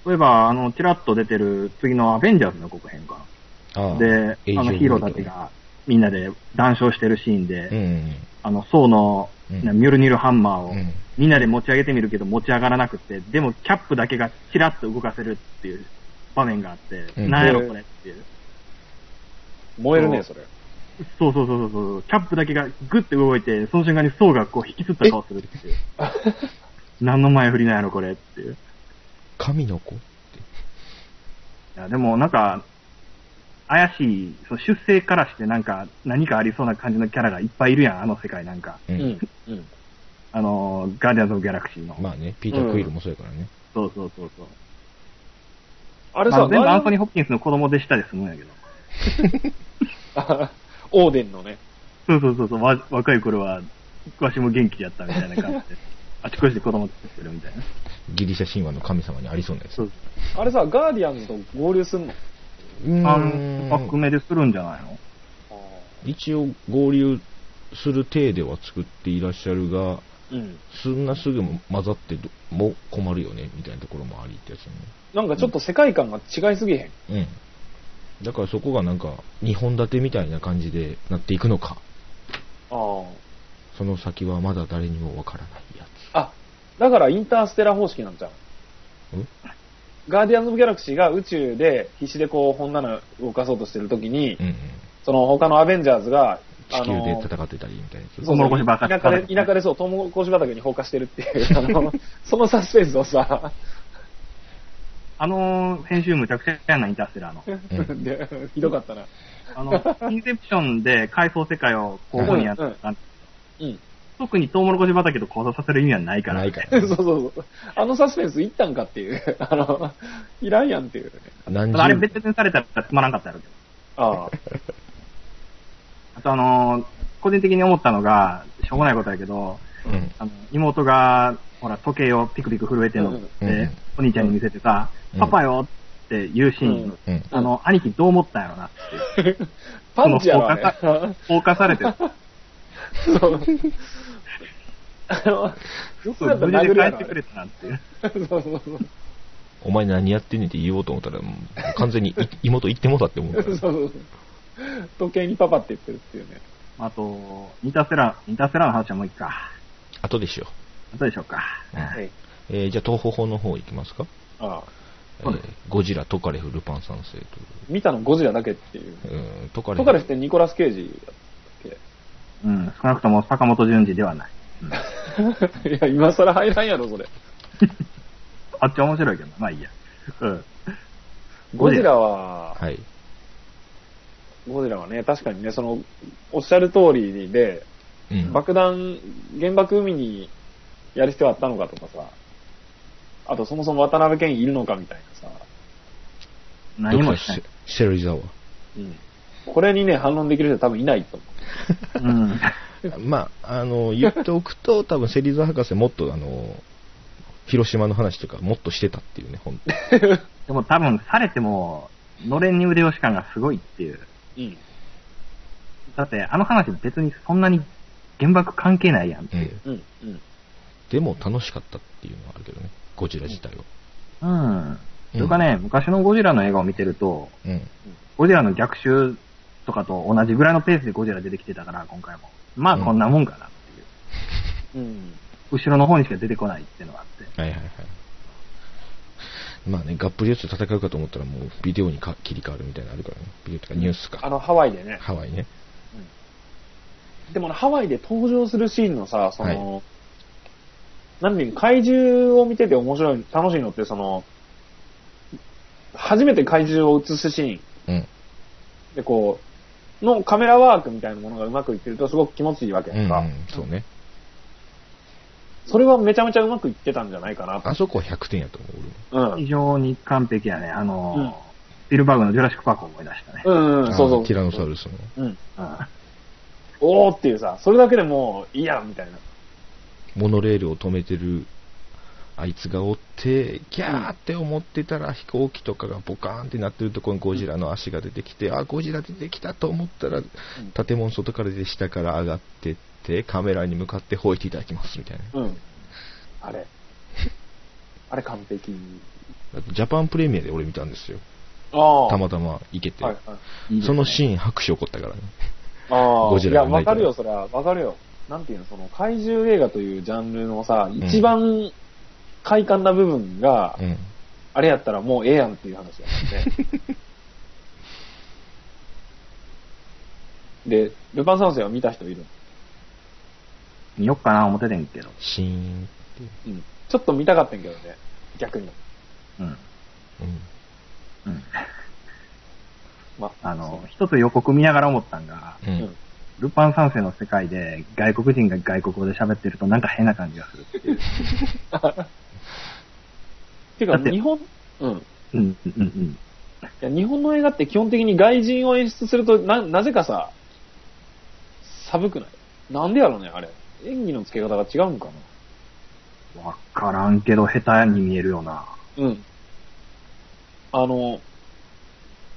そういえば、あの、ちらっと出てる次のアベンジャーズの告編か
あ
な。
あ
で、
エイジ
あ
オブ
の
ウルトラ
ヒーローたちがみんなで談笑してるシーンで、
うんうん
あの、ソーの、
うん
なミュルニルハンマーを、
うん。うん。
みんなで持ち上げてみるけど持ち上がらなくて、でもキャップだけがチラッと動かせるっていう場面があって、
うん
なんやろこれっていう。
燃えるね、それ。
そうそうそうそう。キャップだけがグッて動いて、その瞬間に層がこう引きつった顔するっていう。 何の前振りなんやろこれっていう。
神の子って。
いや、でもなんか、怪しい、その出生からしてなんか、何かありそうな感じのキャラがいっぱいいるやん、あの世界なんか。
う。
うんん。うん。
あの、ガーディアンズ・オブ・ギャラクシーの。
まあね、ピーター・クイルもそうやからね。
そうそうそうそう。
あれ
ま
さ、
あ、全部アンソニー・
ー。
ホッキンスの子供でしたりするんやけど。
オーデンのね。
そうそうそうそう、わ若い頃は、わしも元気やったみたいな感じで、あちこちで子供作ってるみたいな。
ギリシャ神話の神様にありそうなやつ。
そう。
あれさ、ガーディアンズと合流すんの
うーん
3泊目でするんじゃないの
一応合流する体では作っていらっしゃるが、
うん。
そんなすぐ混ざってども困るよね、みたいなところもありってやつ
なんかちょっと世界観が違いすぎへん。
ね。うん。だからそこがなんか、二本立てみたいな感じでなっていくのか。
あ
その先はまだ誰にもわからないや
あ。あ、だからインターステラ方式なんじゃん。
つ。ん
ガーディアンズ・オブ・ギャラクシーが宇宙で必死でこう、本棚動かそうとしてる時に
う、んうん。
その他のアベンジャーズが、
地球で
あの
戦ってたりみたいなやつ。
そう
トウモロコシ畑
田舎で、田舎でそう、トウモロコシ畑に放火してるっていう、あの、そのサスペンスをさ、
あのー、編集むちゃくちゃやんな、インターステラーの。
ん
でひどかったな。
あの、インセプションで回想世界を交互にやった、
うんうん
あの
うん。
特にトウモロコシ畑と交差させる意味はないから。
ないから
そうそうそう。あのサスペンスいったんかっていう、あの、いらんやんっていうね。
何
ただあれ
十
別々にされたらつまらんかったやろうけど。
ああ。
あとあのー、個人的に思ったのが、しょうもないことやけど、
うん
あの、妹が、ほら、時計をピクピク震えてるのっ
うんうん
て、お兄ちゃんに見せてさ、
うん
パパよって言うシーン、
うん
うん。
あの、兄貴どう思ったんやろなって。
パンチャーはね、
放火されて、
そう。あの、よく
無事
やった
で
ら殴る
帰
や
ってくれ
ろ。
たなっていう。
そうそうそう。
お前何やってんねんって言おうと思ったら、もう完 全にい妹行ってもうたって思うか
そう
ら。
そうそう。時計にパパって言ってるっていうね。
あと、インターステラー、インターステラーの話はもういいか。
後でしよ
どうでしょうか。
う。うん
い。
えーじゃあ東方法の方行きますか。
ああ。
そうです
えーゴジラ、トカレフ、ルパン三世
見たのゴジラだけっていう。
という。うん、トカレフ。
トカレフってニコラス・ケイジだ
うん、少なくとも坂本淳二ではない。うん、
っけ いや、今更入らんやろ、それ。
あっちは面白いけどな、まあいいや。うん。
ゴジラは、
はい。
ゴジラはね、確かにね、その、おっしゃる通りで、
うん。
爆弾、原爆海にやる必要あったのかとかさ、あとそもそも渡辺謙いるのかみたいなさ、
何もし
シ
な
ェ
い。
シェリ ザワ。
うん。これにね、反論できる人は多分いないと
う
思
ん。
まあ、あの、言っておく と、多分セリザ博士もっと、あの、広島の話とかもっとしてたっていうね、本 当
でも多分、されても、のれんに腕押し感がすごいっていう。
う。うん。
だって、あの話別にそんなに原爆関係ないやんっていう。
うん。うん。
でも楽しかったっていうのはあるけどね、ゴジラ自体は。
うん。というかね、昔のゴジラの映画を見てると、
うん。
ゴジラの逆襲とかと同じぐらいのペースでゴジラ出てきてたから、今回も。まあ、
うん
こんなもんかなっていう。
うん。
後ろの方にしか出てこないっていうのがあって。
はいはいはい。まあね、がっぷり四つで戦うかと思ったらもうビデオにか切り替わるみたいなのあるからね。ビデオとかニュース
あ
か。
の、ハワイでね。
ハワイね。
でもね、ハワイで登場するシーンのさ、その、なんていうの怪獣を見てて面白い、楽しいのって、その、初めて怪獣を映すシーン
うん。
で、こう、のカメラワークみたいなものがうまくいってるとすごく気持ちいいわけ
う
や
ん、
ん
う
か。
ん。そうね。
それはめちゃめちゃうまくいってたんじゃないかなと。
あそこは100点やと思う、俺も
うん
非。常に完璧やね。あの、
うん
スピルバーグのジュラシックパークを思い出したね。
うん、うん、そうそ
あ
う。
ティラノサウルスの。
うん。
うん
おーっていうさ、それだけでもういいやんみたいな。
モノレールを止めてる、あいつがおって、ギャーって思ってたら飛行機とかがボカーンってなってるところにゴジラの足が出てきて、あ、ゴジラ出てきたと思ったら、建物外から出て下から上がってって、カメラに向かって吠えていただきますみたいな。
うん。あ れ。あれ完璧。
あとジャパンプレミアで俺見たんですよ。
ああ。
たまたま行けて。
はいはい。
いいです
そ
ね
のシーン拍手起こったからね。
あ
ゴ
あ。
ジ
い
ラが
や、
泣
わ
いた
からるよ、それは。わかるよ。なんていうの、その、怪獣映画というジャンルのさ、一番快感な部分が、
うん。
あれやったらもうええやんっていう話だ もんね。で、ルパン三世は見た人いる
見よっかな思っててんけど。
シーン。
うん。ちょっと見たかったんやけどね。逆に。
うん。
うん。
うん。
ま、
あの、一つ予告見ながら思ったんが、
う
そう、うんん。。
ルパン三世の世界で外国人が外国語で喋ってるとなんか変な感じがするっていう。
てか、
だって
日本、うん。
うん、うん、うん。
いや日本の映画って基本的に外人を演出すると、な、なぜかさ、寒くないなんでやろうね、あれ。演技の付け方が違うんかな。
わからんけど下手に見えるよな。
うん。あの、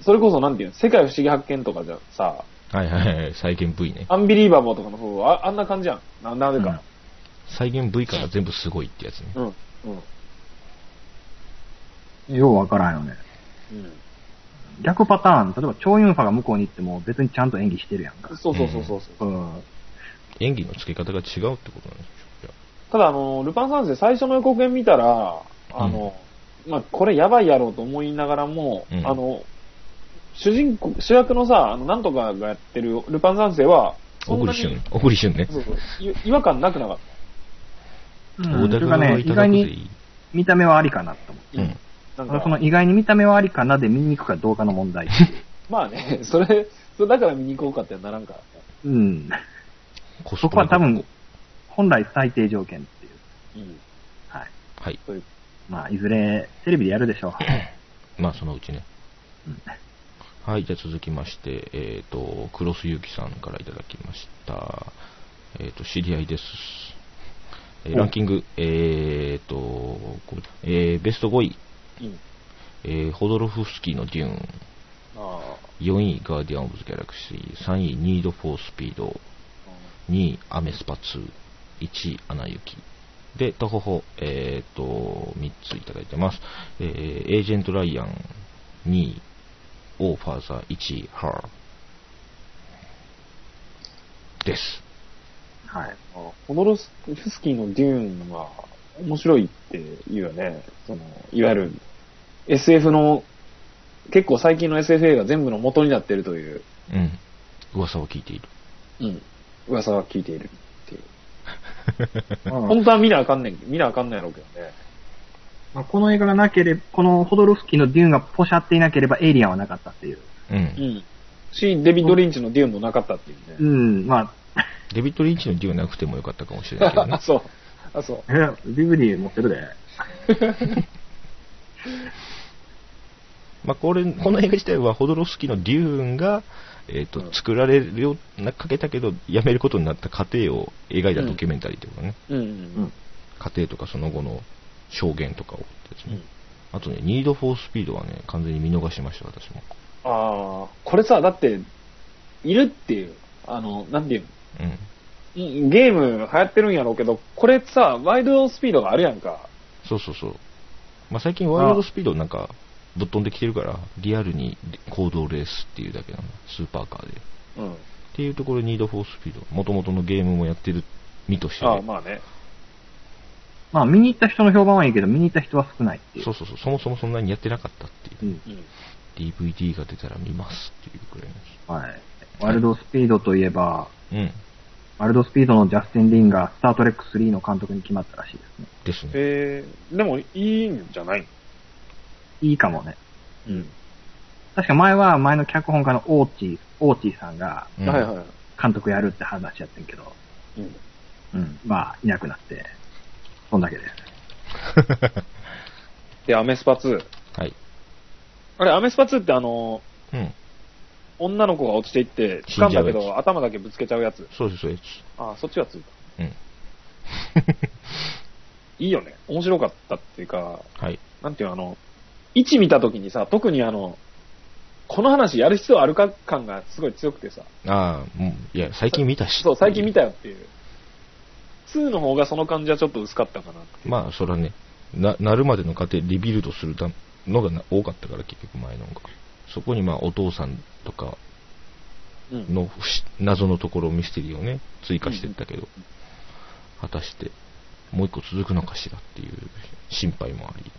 それこそなんていうの、世界不思議発見とかじゃさ、
はいはいはい。再現 V ね。
アンビリーバボーとかの方は、ああんな感じやん。な、なぜか。
再現 V から全部すごいってやつね。
うん。うん。
ようわからんよね。
うん。
逆パターン、例えば超ユンファが向こうに行っても別にちゃんと演技してるやんか。
そうそうそうそうそう。
うん。
演技の付け方が違うってことなんでしょう
ただ、あの、ルパン三世最初の予告編見たら、あの、まあ、これやばいやろうと思いながらも、
うん
あの、主人公、主役のさ、あの、なんとかがやってるルパン三世は、
小栗
そんな
旬。
に
小栗旬ね。
そうそうい違和感なくなかっ
う
大
ん、と
高
いう
が
かね、
い
意
ただくで
外
い
に
い。
見た目はありかなと思って。
た。
うん。
なん
ただその
か、
意外に見た目はありかなで見に行くかどうかの問題。
まあね、 それ、それだから見に行こうかってならんからね。
うん。
コス
そ
プ
こ
レ
は多分、本来最低条件っていう。
うん。
はい。
はい。
そういう、
まあ、いずれ、テレビでやるでしょ
まあ、そのうちね。
う。うん
はい、じゃあ続きまして、えっ、と、クロスユキさんからいただきました。えっ、と、知り合いです。えー
お
ランキング、えっ、と、こえーベスト5位、
うん。
えーホドロフスキーのデューン、
あ
4位、ガーディアン・オブ・ザ・ギャラクシー、3位、ニード・フォー・スピード、
あ。
2位、アメスパ2、1位、アナ雪。で、トホホ、えっ、と、3ついただいてます。えーエージェント・ライアン、2位、オーファーザー、1位、ハー。です。
はい。
ホノロスフスキーのデューンは面白いっていうよね。その、いわゆる SF の、結構最近の SF 映画全部の元になってるという、
うん。噂を聞いている。
うん、噂は聞いているっていう。
うん
本当は見なあかんねん、見なあかんのやろうけどね。
まあ、この映画がなければ、このホドロフスキーのデューンがポシャっていなければエイリアンはなかったっていう。
うん。
うん。し、デビッド・リンチのデューンもなかったっていうう
ん、
ね。
まあ、
デビッド・リンチのデューなくてもよかったかもしれないけどね
あ、。 そう。あ、そう。
え、DVD 持ってるで。
まあ、これ、この映画自体は、ホドロフスキーのデューンが、えっ、と、作られるようなかけたけど、やめることになった過程を描いたドキュメンタリーってことね。
うん。う
うんん。
家庭とかその後の証言とかをってやつ
う
ね
ん、
あとね、ニードフォースピードはね、完全に見逃しました、私も。
ああ、これさ、だって、いるっていう、あの、なんていうの
うん。
うんゲーム流行ってるんやろうけど、これさ、ワイルドスピードがあるやんか。
そうそうそう。まあ、最近ワイルドスピードなんか、ぶっ飛んできてるから、リアルに行動レースっていうだけなの、スーパーカーで。っ
うん。
ていうところ、ニードフォースピード、元々のゲームもやってる身としてね、
ああ、まあね。
まあ、見に行った人の評判はいいけど、見に行った人は少ないっていう。
そうそうそう、そもそもそんなにやってなかったって
う
いう。
ん。
うん。
DVD が出たら見ますっていうくらい
はい。ワイルドスピードといえば、
の。うん。
ワイルドスピードのジャスティン・リンが、スタートレック3の監督に決まったらしいですね。
ですね。
えー、でもいいんじゃない
いいかもね。
うん。
確か前は、前の脚本家のオーチー、オーチーさんが
うん
はいはい。
監督やるって話やってんけど、
うん。
うん、まあ、いなくなって。そんだけです。
で、アメスパ2。
はい。
あれ、アメスパ2ってあの、
うん。
女の子が落ちていって、
死ん
掴ん
じゃ
だ
うや
け
つ
ど、頭だけぶつけちゃうやつ。
そうです、そうです。
ああ、そっちはついた。
うん。
いいよね。面白かったっていうか、
はい。
なんていうの、あの、位置見た時にさ、特にあの、この話やる必要あるか感がすごい強くてさ、
ああ、うん。いや、最近見たし。
そう、最近見たよっていう。2の方がその感じはちょっと薄かったかなっていう。
まあ、そらね、な、なるまでの過程、リビルドするためのがな多かったから、結局前のが。そこに、まあ、お父さんとか
うん。
の不思謎のところ、ミステリーをね、追加していったけど、果たして、もう一個続くのかしらっていう心配もあり。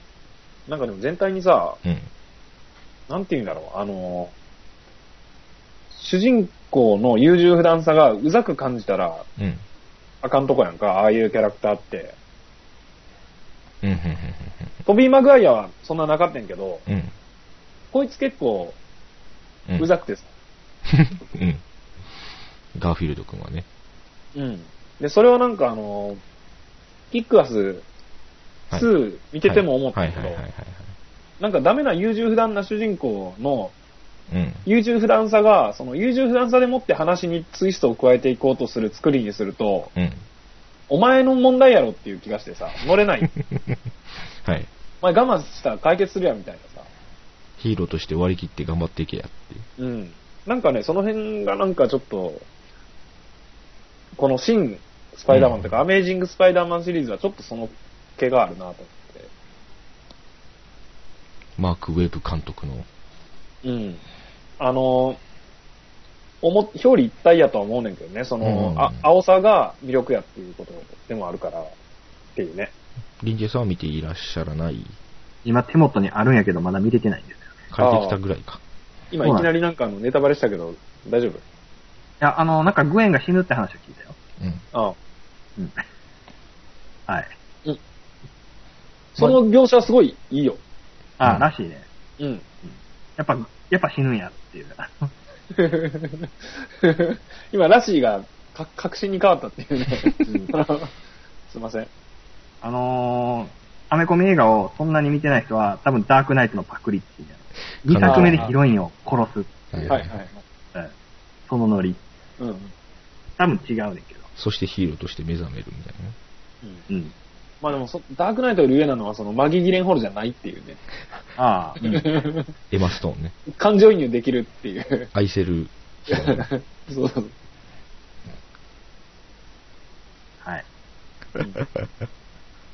なんかでも全体にさ、
うん。
なんていうんだろう、あの、主人公の優柔不断さがうざく感じたら
うん。
あかんとこやんか、ああいうキャラクターって。
うん、うん、
トビー・マグワイアはそんななかったんやけど、
うん、うん。
こいつ結構
うん。
うざくてさ、
うん。ガーフィールド君はね。
うん。で、それはなんかあの、キックアス
はい
2見てても思った
は
ん
い
やけ
はい
ど
はいはい、はい。
なんかダメな優柔不断な主人公の
うん。
優柔不断さが、その優柔不断さでもって話にツイストを加えていこうとする作りにすると、
うん。
お前の問題やろっていう気がしてさ、乗れ ない。
はい。
お前我慢したら解決するやみたいなさ。
ヒーローとして割り切って頑張っていけやっていう。
うん。なんかね、その辺がなんかちょっと、この新スパイダーマンというか、アメージングスパイダーマンシリーズはちょっとその気があるなと思って。
マーク・ウェブ監督の。
うん。あの、おも表裏一体やとは思うねんけどね、その、
うん
あ青さが魅力やっていうことでもあるから、っていうね。
リンジェさんは見ていらっしゃらない。
今手元にあるんやけど、まだ見れてないんですよ。
借りてきたぐらいか。
今いきなりなんかあのネタバレしたけど、大丈夫
いや、あの、なんかグエンが死ぬって話を聞いたよ。
うん。
ああ
うん。はい。
その描写すごいいいよ。
あ、
うん
らしいね。
うん。
やっぱ、やっぱ死ぬんやっていう。
今、ラシーがか確信に変わったっていうね。
うん
すいません。
あのー、アメコミ映画をそんなに見てない人は、多分ダークナイトのパクリっていうね。
かな
2
り
作目でヒロインを殺す。
はい
はいはい。
うんそのノリ。
うん。
多分違うねんけど。
そしてヒーローとして目覚めるみたいなね。
うん
うん。
まあでもそ、ダークナイトより上なのは、その、マギー・ギレンホールじゃないっていうね。
ああ、
エマ・ストーンね。
感情移入できるっていう。
愛せるヒーローね。
そうそうそう。
はい。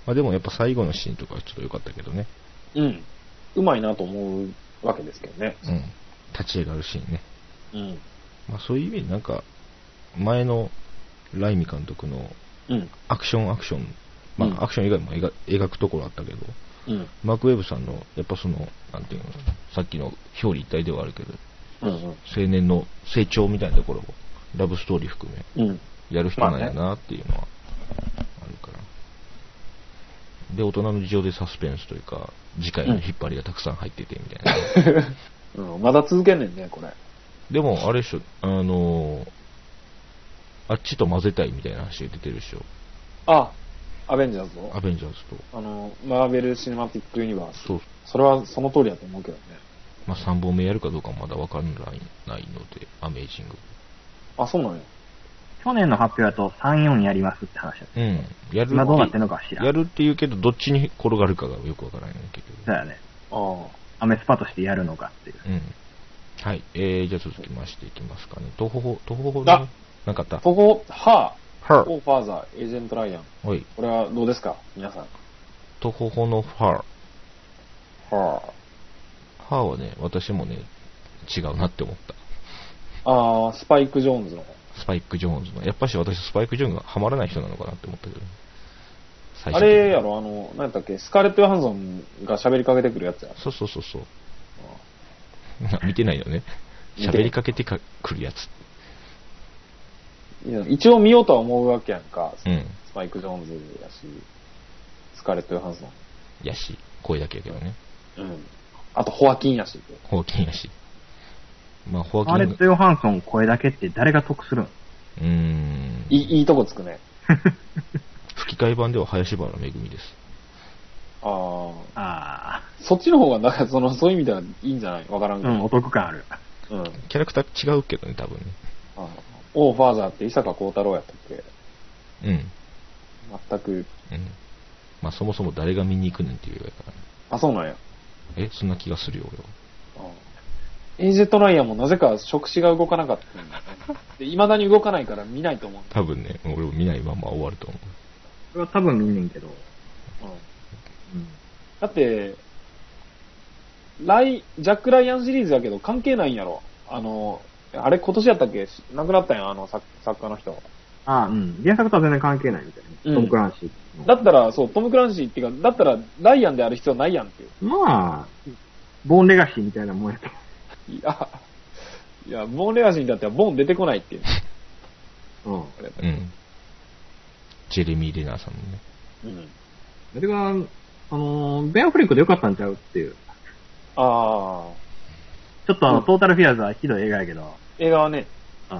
まあでもやっぱ最後のシーンとかはちょっと良かったけどね。
うん。うまいなと思うわけですけどね。
うん。立ち上がるシーンね。
うん。
まあそういう意味でなんか、前のライミ監督の
うん。
アクションアクション、ま
うん
あアクション以外も描描くところあったけど、
うん。
マーク・ウェブさんの、やっぱその、なんていうの、さっきの表裏一体ではあるけど、
うん。
青年の成長みたいなところを、ラブストーリー含め、
うん。
やる人なんやなっていうのは、あるから。で、大人の事情でサスペンスというか、次回の引っ張りがたくさん入っててみたい な。
うん。まだ続けんねんね、これ。
でも、あれでしょ、あのーあっちと混ぜたいみたいな話が出てるでしょ。
あ、アベンジャーズを
ア。ベンジャーズと。
あの、マーベル・シネマティック・ユニバース。
そう。
それはその通りだと思うけどね。
まあ、3本目やるかどうかまだわからないないので、アメージング。
あ、そうなんや。
去年の発表だと3、4やりますって話だった。
うん。やる
今どうなってんのかは知らん。
やるって言うけど、どっちに転がるかがよくわからないんだけど。
そうだよね。
あ
アメスパとしてやるのかっていう。
うん。はい。えー、じゃあ続きましていきますかね。東方法、東方法
あ
ね。なかった
あ。。ここ、ハー、
は
オーファーザー、エージェント・ライアン。
おい。
これはどうですか皆さん。
東方法のハ
は
ー。ハーはね、私もね、違うなって思った。
あ。ああ、スパイク・ジョーンズの。
スパイク・ジョーンズの。やっぱし私、スパイク・ジョーンズがハマらない人なのかなって思ったけど。最
あ
終的に
れやろ、あの、何やったっけ、スカーレット・ヨハンソンが喋りかけてくるやつや。
そうそうそうそう。 見てないよね。
見てない
喋りかけてかくるやつ。
いや一応見ようとは思うわけやんか。
うん。
スパイク・ジョーンズやし、スカーレット・ヨハンソン。
やし、声だけやけどね。
うん。あと、ホアキンやし。
ホワキンやし。まあ、ホワキ
マーレ
ン
ッ
が
ト・ヨハンソン声だけって誰が得するん
うーん。
いいいとこつくね。
吹き替え版では林原めぐみです。
ああ。
あ
そっちの方が、なんか、その、 そういう意味ではいいんじゃないわから
あ、
ん
う
けど。
ん、お得感ある。
うん。あ
キャラクター違うけどね、多分ね。
ーオーファーザーって伊坂幸太郎やったっけ
うん。
全く。
うん。まあそもそも誰が見に行くねんっていう映画やからね。
あ、そうなんや。
え、そんな気がするよ、俺は。
エージェットライアンもなぜか触手が動かなかったんだよね。で、未だに動かないから見ないと思うんだ。
多分ね、俺も見ないまま終わると思う。
これは多分見んねんけど。
うん、
うん。
だって、ライ、ジャック・ライアンシリーズやけど関係ないんやろ。あの、あれ今年やったっけし亡くなったんや、あの作作家の人。
ああ、うん。原作とは全然関係ないみたいな。
うん
トム・クランシーの。
だったら、そう、トム・クランシーっていうか、だったら、ライアンである必要ないやんっていう。
まあ、ボーンレガシーみたいなもんやと。
いや、いや、ボーンレガシーにだってはボーン出てこないっていう。
うん。
あれだ
うん。ジェレミー・レナーさんのね。
うん。
それが、あのー、ベアフリックでよかったんちゃうっていう。
ああ、
ちょっとあの、
うん
トータルフィアーズはひどい映画やけど。
映画はね、
うん。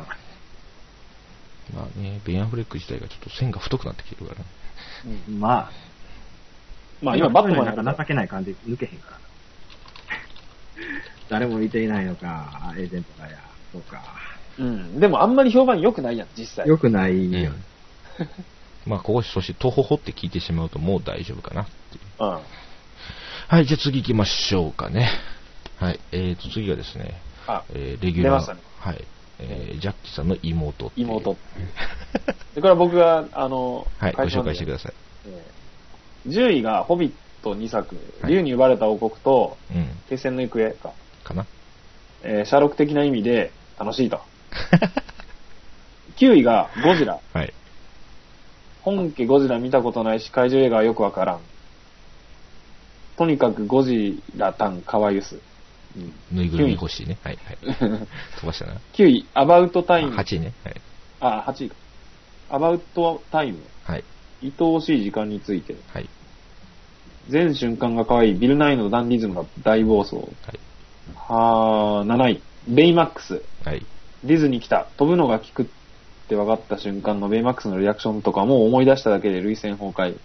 まあね、ベン・アフレック自体がちょっと線が太くなってきてるからね。
うん、
まあ、
まあ今、バットマンや
なん
か
から情けない感じ抜けへんから。 誰も見ていないのか、エージェントがや。そうか。
うん。でもあんまり評判良くないやん、実際。
良くないよ。
うん まあここ、そして、トホホって聞いてしまうともう大丈夫かなっていう。
うん。
はい、じゃあ次行きましょうかね。はい、えーと、次がですね、
あ、
えーレギュラー、
出ましたね
はい、えージャッキーさんの妹っていう
妹。で、これは僕が、あの、
はい、ご紹介してく
だ
ださい。
さい。えー10位が、ホビット2作、
はい
竜に奪われた王国と、
うん、
決戦の行方か、
か な
えーシャーロック的な意味で楽しいと。9位が、ゴジラ。
はい。
本家ゴジラ見たことないし、怪獣映画はよくわからん。とにかくゴジラタンかわゆす。
ぬいぐるみ欲しいね。はい、 はい。飛ばしたな。
9位、アバウトタイム。
8位ね。はい。
あ、8位か。アバウトタイム。
はい。
愛おしい時間について。
はい。
全瞬間が可愛いビルナインのダンディズムが大暴走。
はい。
はー、7位。ベイマックス。
はい。
ディズニー来た。飛ぶのが効くって分かった瞬間のベイマックスのリアクションとかも思い出しただけで累戦崩壊。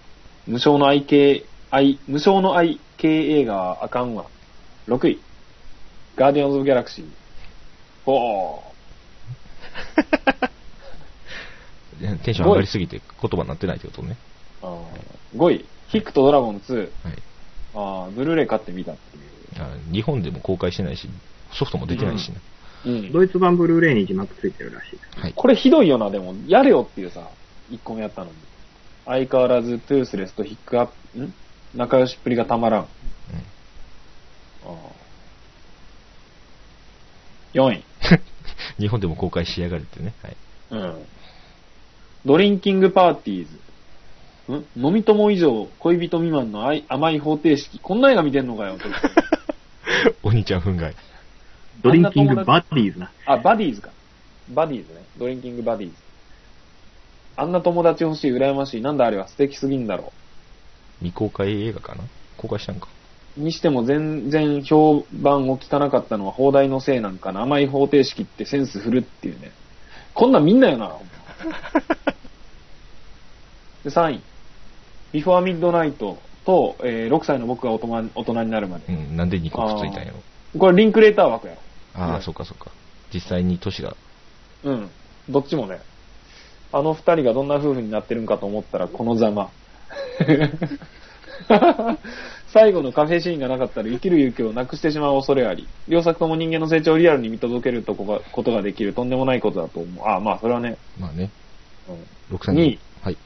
無償の愛系、愛、無償の愛系映画はあかんわ。6位。ガーディオンズ・オブ・ギャラクシー。ほー。
テンション上がりすぎて言葉になってないってことね。
あー5位。ヒックとドラゴン2。
はい。
あーブルーレイ買ってみたって
あ日本でも公開してないし、ソフトも出てないしね。
いう。うん
ドイツ版ブルーレイに字幕ついてるらしい。
はい。
これひどいよな、でも、やれよっていうさ、一個目やったのに。相変わらず、トゥースレスとヒックアップ、ん仲良しっぷりがたまらん。あ
うん
4位。
日本でも公開しやがるってね。はい。
うん。ドリンキングパーティーズ。ん飲み友以上、恋人未満の愛甘い方程式。こんな映画見てんの かよ、と
お兄ちゃん憤慨。
ドリンキングバディーズな。
あ、バディーズか。バディーズね。ドリンキングバディーズ。あんな友達欲しい、羨ましい。なんだあれは素敵すぎんだろう。
未公開映画かな公開したんか。
にしても全然評判を聞かなかったのは放題のせいなんかな。甘い方程式ってセンス振るっていうね。こんなんみんなよな。ほんまで、3位。ビフォーミッドナイトと、えー6歳の僕が大人大人になるまで
う。ん、なんで2個くっついたんやろ。
これリンクレーター枠や
ああ
う
ー、
ん
そっかそっか。実際に都市が、
ろ。うん。どっちもね。あの二人がどんな夫婦になってるんかと思ったらこのざま。 最後のカフェシーンがなかったら生きる勇気をなくしてしまう恐れあり、両作とも人間の成長をリアルに見届けるとこがことができるとんでもないことだと思う。ああ、まあそれはね、
まあね、
うん
6歳
に
はい。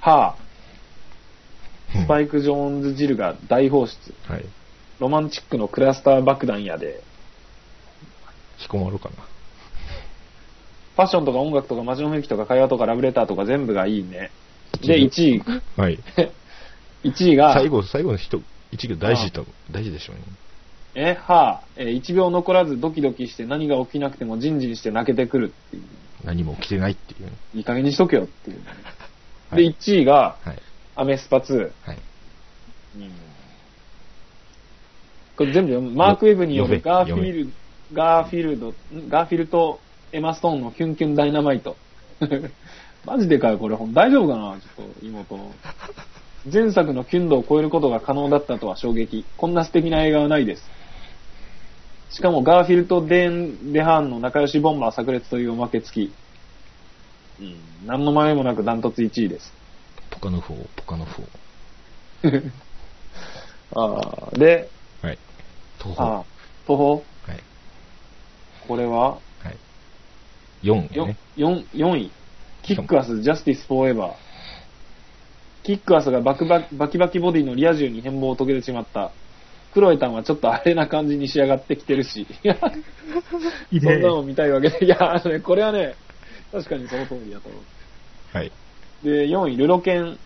はあ、
うん
スパイク・ジョーンズ・ジルが大放出、
はい。
ロマンチックのクラスター爆弾やで、
引きこもろうかな。
ファッションとか音楽とか街の雰囲気とか会話とかラブレターとか全部がいいね。で、1
一
位、
はい。
1位が、
最後、最後の人、一行大事だ、大事でしょうね。
え、はあ、えー、1秒残らずドキドキして何が起きなくてもジンジンして泣けてくるっていう。
何も起きてないっていうね。
いい加減にしとけよっていう。
は
で、
い。
1位が、
はい。
アメスパ2。
はい。
これ全部読むマーク・ウェブによる
よ
ガーフ
読め
ィールド、ガーフィールド、んガーフィールドとエマ・ストーンのキュンキュンダイナマイト。 マジでかよ、これ。ほん大丈夫かなちょっと、妹。前作のキュン度を超えることが可能だったとは衝撃。こんな素敵な映画はないです。しかも、ガーフィルとデーン・デハーンの仲良しボンバー炸裂というおまけ付き。うん、何の迷いもなくダントツ1位です。
ポカノフォー、ポカノフォ
あーで、
ー。はい。東方。
あ
は
ー、徒歩
い。
これは、
はい。4が
よ
ね。
よ4位。キックアス、ジャスティス・フォーエバー。キックアスがバクババキバキボディのリア充に変貌を遂げてしまった。クロエタンはちょっとあれな感じに仕上がってきてるし。いやそんなの見たいわけで。いや、あのね、これはね、確かにその通りだと思
はい。
う。で、4位、ルロケン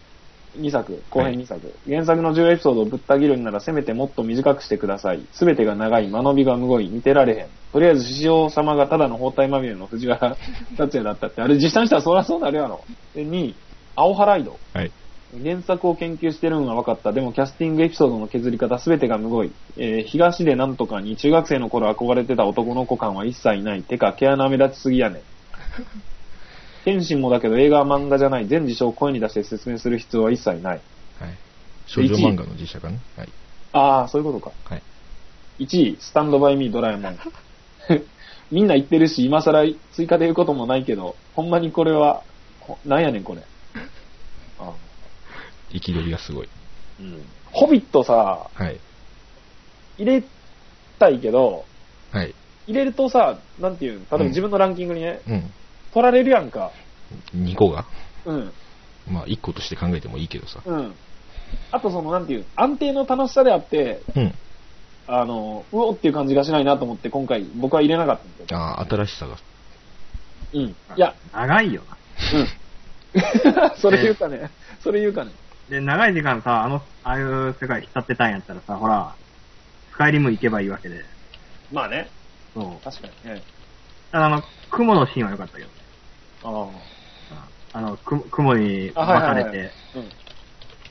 2作、後編2作。原作の10エピソードをぶった切るんならせめてもっと短くしてください。すべてが長い、間延びがむごい、見てられへん。とりあえず、師匠様がただの包帯まみれの藤原達也だったって。あれ、実際にしたらそりゃそうなるやろ。で、2位、青ハライド。
はい。
原作を研究してるのは分かった。でもキャスティングエピソードの削り方すべてがむごい。えー東でなんとかに中学生の頃憧れてた男の子感は一切ない。てか、毛穴目立ちすぎやねん。天心もだけど映画は漫画じゃない。全事象を声に出して説明する必要は一切
は
ない。
い。少女漫画の実写化ね。はい。
あー、そういうことか。
はい。
1位、スタンドバイミードラえもん。 みんな言ってるし、今更追加で言うこともないけど、ほんまにこれは、ほなんやねんこれ。あ
憤りがすごい。
うん。ホビットさ、
はい。
入れたいけど、
はい。
入れるとさ、なんていうの例えば
うん
自分のランキングにね、
うん。
取られるやんか。
2個が
うん。
まあ、1個として考えてもいいけどさ。
うん。あとその、なんていう、安定の楽しさであって、
うん。
あの、うおっていう感じがしないなと思って今回僕は入れなかったんだよ。
ああ、新しさが。
うん。いや、
長いよな。
うん。 それ言うかね。それ言うかね。
で、長い時間さ、あの、ああいう世界浸ってたんやったらさ、ほら、スカイリム行けばいいわけで。
まあね。
そう。
確かにね。
ただあの、雲のシーンは良かったけどね。
あ
あの、く雲に巻
あ。あ、
か
は
れ
いはい、はい
て、。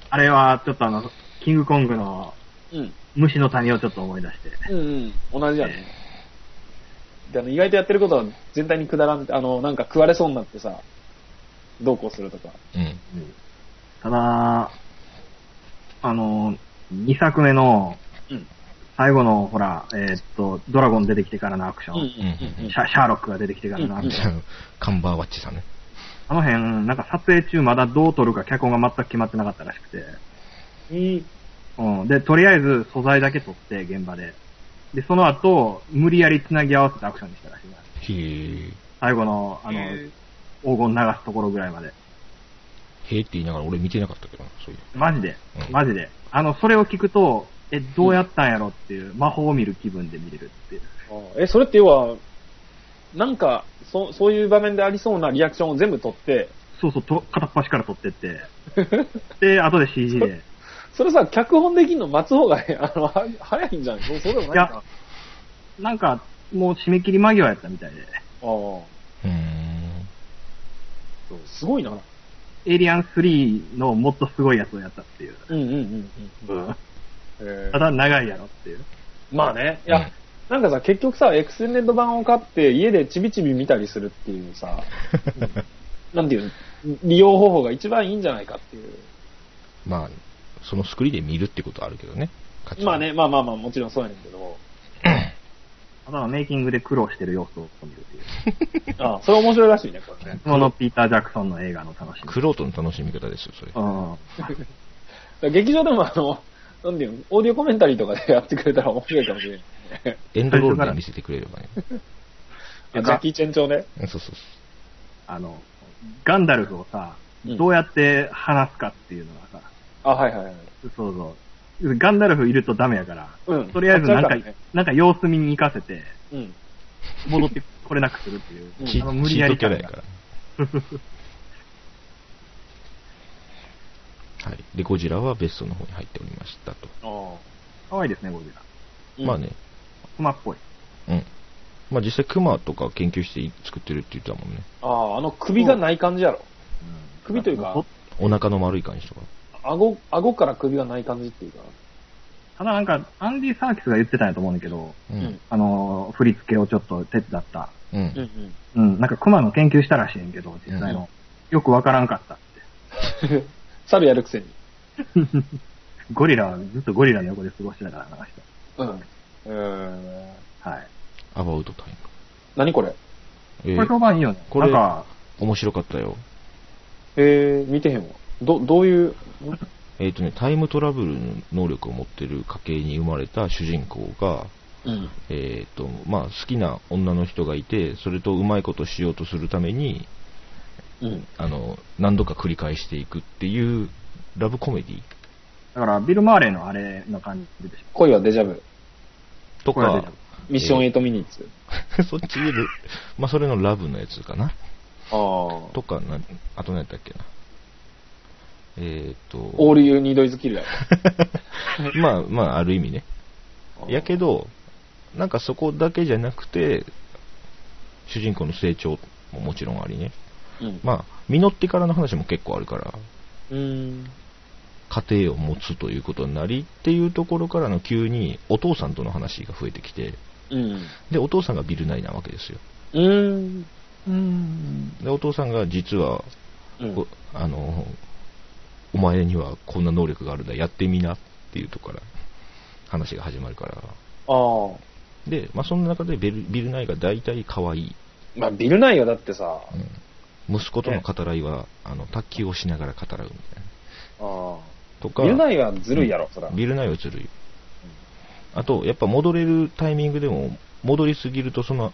あれはちょっとあの、キングコングの
うん。うん。
虫の谷をちょっと思い出して。
うんうん、同じやね。であの意外とやってることは全体にくだらん、あの、なんか食われそうになってさ、どうこうするとか。
うん。
うんただ、あの、2作目の
うん。
最後の、ほら、えーっと、ドラゴン出てきてからのアクショ
う
ン、
んうんうん
シャシャーロックが出てきてからのアクション、
じゃあ、 カンバーワッチさんね。
あの辺、なんか撮影中まだどう撮るか脚本が全く決まってなかったらしくて、
うん。
うん、で、とりあえず素材だけ撮って、現場で。で、その後、無理やり繋ぎ合わせてアクションにしたらしいな。
へえ。
最後の、あの、
へ
黄金流すところぐらいまで。
へえって言いながら俺見てなかったけどな、そういう。
マジで
う、ん
マジで。あの、それを聞くと、え、どうやったんやろっていう、魔法を見る気分で見れるっていう。
え、それって要は、なんか、そそういう場面でありそうなリアクションを全部取って、
そうそう、と片っ端から撮ってって。で、後で CG で。
それさ、脚本できんの待つ方が、あの、は早いんじゃないそうそうでもない
い
か
や。なんか、もう締め切り間際やったみたいで。
あ
うーん。
あ、すごいな。
エイリアン3のもっとすごいやつをやったっていう。
うんうんうん
うん。
うん。えー
ただ長いやろっていう。
まあね。いや、なんかさ、結局さ、エクステンデッド版を買って、家でちびちび見たりするっていうさ、なんていうの、利用方法が一番いいんじゃないかっていう。
まあ、そのスクリーンで見るってことはあるけどね。価値は
まあね、。まあまあまあ、もちろんそうやねんけど、
ただメイキングで苦労してる様子を見るっていう。
ああ、それ面白いらしいね、これね。
そのピーター・ジャクソンの映画の楽しみ。
クロートの楽しみ方ですよ、それ。
うん。
だから劇場でもあの、なんていうの、オーディオコメンタリーとかでやってくれたら面白いかもしれない。
エンドロールで見せてくれれば ね。
ジャッキー・チェン調ね。
うんそうそうそう。
あの、ガンダルフをさ、
うん
どうやって話すかっていうのがさ、
あ、はいはいはい。
そうそう。ガンダルフいるとダメやから、
うん
とりあえずなんか、
買っちゃうからね
なんか様子見に行かせて、
うん。
戻ってこれなくするっていう
うん
チ
あの無理
チ
や
ート
り
キャラ
感が
やから。 はい。で、ゴジラはベストの方に入っておりましたと。
あ
可愛いですね、ゴジラ。
あ。
まあね。、
クマっぽい。
うん。まあ実際クマとか研究して作ってるって言ってたもんね。
ああ、あの首がない感じやろ。首というか
そ
お腹の丸い感じとか。
顎、顎から首がない感じっていうか。
ただなんか、アンディ・サーキスが言ってたんやと思うんだけど、
う。
うん
あの、振り付けをちょっと手伝った。
う。
うんん。
うん、なんかクマの研究したらしいんやけど、実際の。よくわからんかったって。
猿やるくせに。
ゴリラはずっとゴリラの横で過ごしてたからな、あの人
うん。うーん。
はい。
アバウトタイム。
何これ
え
これ評
ー、
判いいよね。
これ
なんか、
面白かったよ。
えー、見てへんわ。ど、どういう、ん
えっ、とね、タイムトラブルの能力を持ってる家系に生まれた主人公が、
うん。
えっ、と、まあ、好きな女の人がいて、それとうまいことしようとするために、
うん。
あの、何度か繰り返していくっていう、ラブコメディ
だからビル・マーレのあれの感じでし
恋はデジャブ。
と
ょ。これは
か
出、
ミッション8ミニッツ。
そっちで、まあ、それのラブのやつかな。
ああ。
とか、なあと何やったっけな。えっ、と、
オールユーニードイズキルだよ。
まあまあ、ある意味ね。やけど、なんかそこだけじゃなくて、主人公の成長ももちろんありね。
うん。
まあ、実ってからの話も結構あるから、
うーん。
家庭を持つということになりっていうところからの急にお父さんとの話が増えてきて、
うん。
で、お父さんがビルナイなわけですよ。
うーん。
うん。
で、お父さんが実は、
うん
こあの、お前にはこんな能力があるんだ、やってみなっていうところから話が始まるから。
ああ。
で、まあ、そんな中でビルビルナイが大体可愛い。
まあ、ビルないよ、だってさ。
うん、息子との語らいは、あの、卓球をしながら語らうみたいな。
あ
とか、
あ。ビルないはずるいやろ、そら。
ビルナイはずるい。あと、やっぱ戻れるタイミングでも、戻りすぎると、その、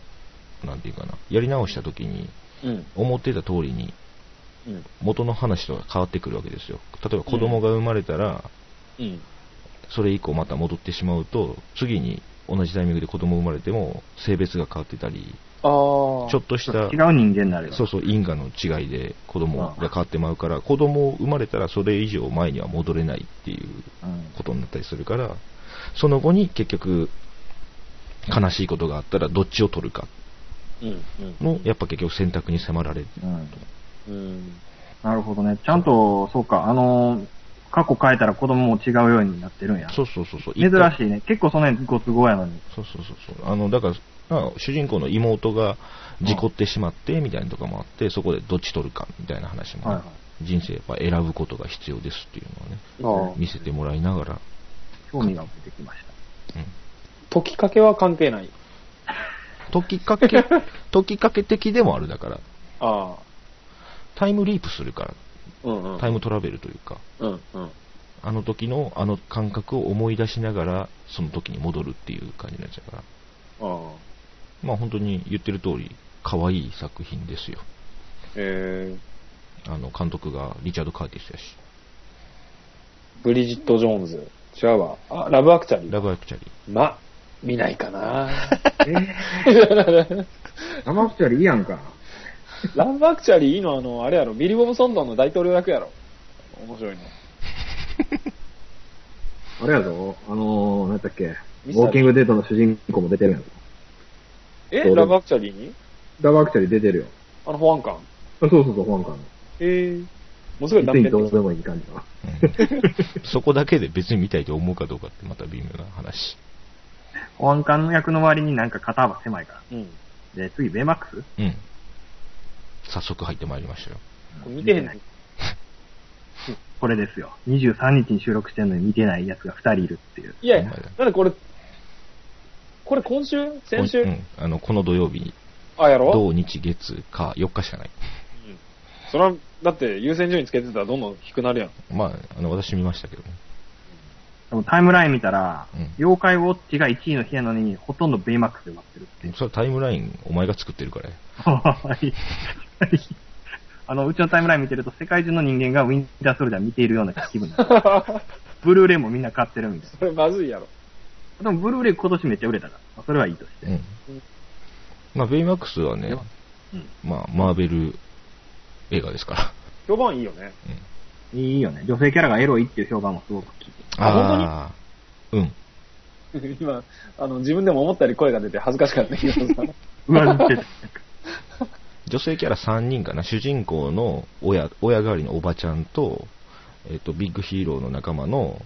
なんていうかな、やり直した時に、
うん。
思ってた通りに、
うん。
元の話とは変わってくるわけですよ。例えば子供が生まれたら、
うん。
それ以降また戻ってしまうと、次に同じタイミングで子供生まれても、性別が変わってたり、
ああ。ちょ
ちょっとし
違
た
う、人間になるよ。
そうそう、因果の違いで子供が変わってまうから、子供生まれたらそれ以上前には戻れないっていう
うん。
ことになったりするから、その後に結局、悲しいことがあったらどっちを取るか
うん。
の、やっぱ結局選択に迫られる。
うん。
うん。
なるほどね。ちゃんと、そうか、あのー、過去変えたら子供も違うようになってるんや。
そうそうそうそう。
珍
一回
しいね。結構その辺ご都合やのに。
そうそうそうそう。あの、だから、まあ主人公の妹が事故ってしまって、みたいなのとかもあって、そこでどっち取るか、みたいな話もね、
はいはい
人生やっぱ選ぶことが必要ですっていうのをね、
ああ。
見せてもらいながら、
興味が出てきまし
うん
解きかけは関係ない。
解きかけ、 解きかけ的でもあるだから、
ああ。
タイムリープするか
うんうん。
ら、タイムトラベルというか、
うんうん。
あの時のあの感覚を思い出しながら、その時に戻るっていう感じになっちゃうから、
ああ。
まあ本当に言ってる通り、可愛い作品ですよ。
え
あの監督がリチャード・カーティスやし、
ー、ブリジット・ジョーンズ。違うわ。あ、ラブアクチャリ
ラ
ー。
ブ・アクチャリー。
ま、見ない かな
た。えー、生口よりいいやんか。
ラブアクチャリーのあの、あれやろ、ビリー・ボブ・ソンドンの大統領役やろ。面白いの。
あれやぞ、あのー、なんだっけ、ウ
ミスター
ォーキングデートの主人公も出てるやん。
え
どうぞ
ラブアクチャリーに
ダバークチャリ出てるよ。
あの保安官。
あそうそうそう、保安官
えー、もうすぐ
の。
断
別に
片
どうで
的
もいい感じの。
そこだけで別に見たいと思うかどうかってまた微妙な話。
保安官の役の周りになんか肩幅狭いか
うん。
ら。で、次、ベイマック
うん。早速入ってまいりましたよ。
これ見てへんの
見スこれですよ。23日に収録してんのに見てないやつが2人いるっていう。
いやいや、なんでこれ、これ今週先週、
うん、あの、この土曜日に、
あ、やろ
土日月か4日しかない。
うんそれは、だって優先順位つけてたらどんどん低くなる やん。
まあ、あの、私見ましたけどね。
でもタイムライン見たら、
うん
妖怪ウォッチが1位の日やのに、ほとんどベイマックスで終わってるっていう。
それタイムライン、お前が作ってるからや
はいあの、うちのタイムライン見てると、世界中の人間がウィンターソルジャー見ているような気分に なる。ブルーレイもみんな買ってるみたい
それまずいやろ。
な。でも、ブルーレイ今年めっちゃ売れたから、まあそれはいいとして。
うん。まあ、ベイマックスはね、
うん
まあ、マーベル映画ですから。
評判いいよね。
いいよね。女性キャラがエロいっていう評判もすごく聞いて。
あ
あ
ーうん。
今、あの、自分でも思ったより声が出て恥ずかしかったけどさ。
上塗ってた。
女性キャラ3人かな、主人公の親、親代わりのおばちゃんと、えっ、と、ビッグヒーローの仲間の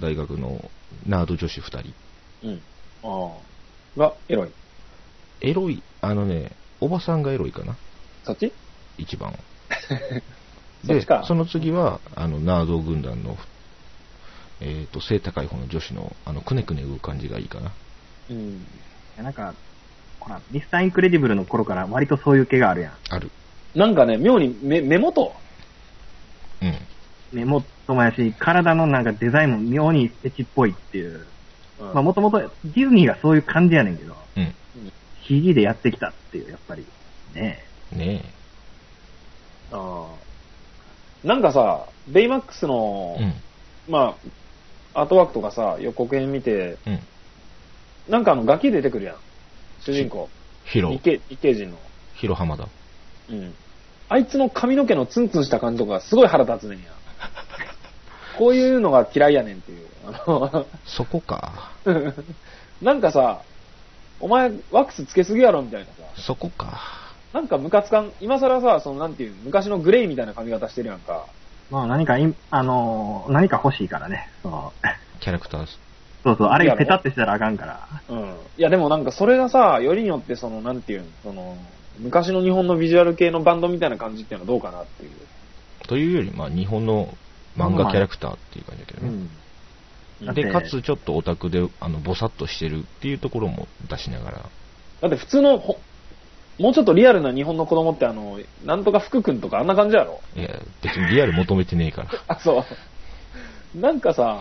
大学のナード女子2人。
うん。ああ。が、エロい。
エロい、あのね、おばさんがエロいかな、
そっち
一番。
そっ
で
ちか、
その次は、あの、ナード軍団の、えっ、と、背高い方の女子の、あの、くねくね動く感じがいいかな。
うん。
やなんか、ほら、ミスターインクレディブルの頃から割とそういう毛があるやん。
ある。
なんかね、妙に目目元、
うん。
目元もやし、体のなんかデザインも妙にステチっぽいっていう。
うん
まあもともとディズニーがそういう感じやねんけど、
うん。
CG でやってきたっていう、やっぱり。ね
ね
あーなんかさ、ベイマックスの
え。、うん。
まあ、アートワークとかさ、予告編見て、
うん。
なんかあの、ガキ出てくるやん。主人公。
ヒロ
日、系日系人の。
ヒロ浜田。
うん。あいつの髪の毛のツンツンした感じとかがすごい腹立つ ねんや。こういうのが嫌いやねんっていう。あの、
そこか。
なんかさ、お前、ワックスつけすぎやろみたいなさ。
そこか。
なんかムカつかん、今更さ、そのなんていう、昔のグレーみたいな髪型してるやんか。
まあ何かい、あのー何か欲しいからね。そう。
キャラクター、
そうそう、あ
い
れ
や
ペタってしたらあかんから。
うん。いやでもなんかそれがさ、よりによってその、なんていうん、その、昔の日本のビジュアル系のバンドみたいな感じっていうのはどうかなっていう。
というより、まあ、日本の漫画キャラクターっていう感じだけどね。
うん
で、
だ
か
って
つちょっとオタクで、あの、ぼさっとしてるっていうところも出しながら。
だって普通のほ、もうちょっとリアルな日本の子供ってあの、なんとか福くんとかあんな感じやろ
いや、別にリアル求めてねえから。
あ、そう。なんかさ、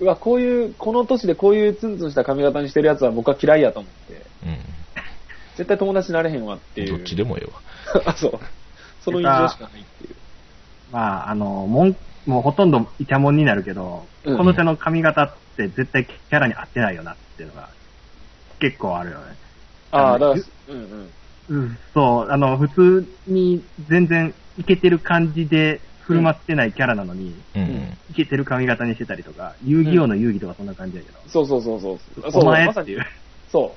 うわ、こういう、この年でこういうツンツンした髪型にしてるやつは僕は嫌いやと思って、
う
絶対友達になれへんわって
ん。
い
ど
う。
っちでもええわ。
あ、そう。その印象しかないっていう。
まあ、あの、もん、もうほとんどイチャモンになるけど、
うん
この手の髪型って絶対キャラに合ってないよなっていうのが、結構あるよね。
ああ、
あの
だから、うんうん。
うん、そう、あの、普通に全然いけてる感じで振る舞ってないキャラなのに、
うん
う
うん
ん。
いけてる髪型にしてたりとか、遊戯王の遊戯とかそんな感じだけど、
そうそうそうそう。そう
お前
ま
って
さ
い
に
う、
そ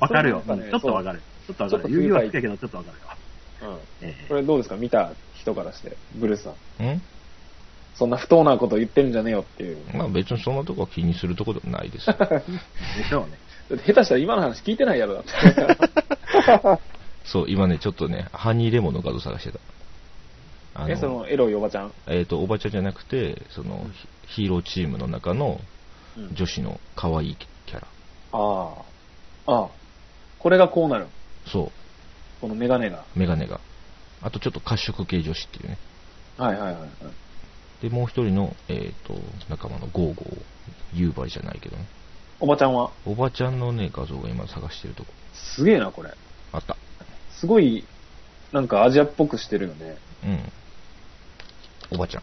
わかるよ、
そうなんかね
ちょっとわかる。ちょっとわか
ちょっと
る。
不
遊戯
愉
王は
快
好きだけど、ちょっとわかるよ。
う。うん。
ええ
これどうですか見た人からして、ブルースさん。
うん
そんな不当なこと言ってるんじゃねえよっていう。
まあ別にそんなとこは気にするとこでもないですよ。
でしょうね。
だって下手したら今の話聞いてないやろだって。
そう、今ね、ちょっとね、ハニーレモンの画像探してた。 あ
え、そ
の、
のエロいおばちゃん。
えっ、と、おばちゃんじゃなくて、その、ヒヒーローチームの中の
うん
女子の可愛いキャラ。
ああ。ああ。これがこうなる。
そ
このメガネが。
う、メガネが。あとちょっと褐色系女子っていうね。
はいはいはいはい。
で、もう一人の、えっ、と、仲間のゴーゴー、夕張じゃないけどね。
おばちゃんは
おばちゃんのね、画像が今探してるとこ。
すげえな、これ。
あった。
すごい、なんかアジアっぽくしてるよね。
うん。おばちゃん。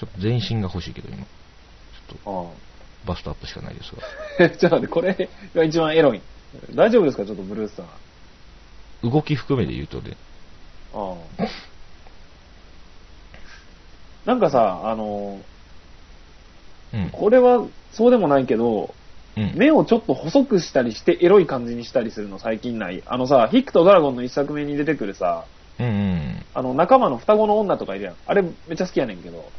ちょっと全身が欲しいけど、今。ちょっと、
ああ。
バストアップしかないですが。
え、ちょっと待って、これが一番エロい。大丈夫ですかちょっとブルースさん。あ
動き含めで言うとね、
あ。なんかさ、あの、
うん。
これはそうでもないけど、
うん、
目をちょっと細くしたりしてエロい感じにしたりするの最近ない。あのさ、ヒックとドラゴンの一作目に出てくるさ、
うんうん。
あの仲間の双子の女とかいるやん。あれめっちゃ好きやねんけど、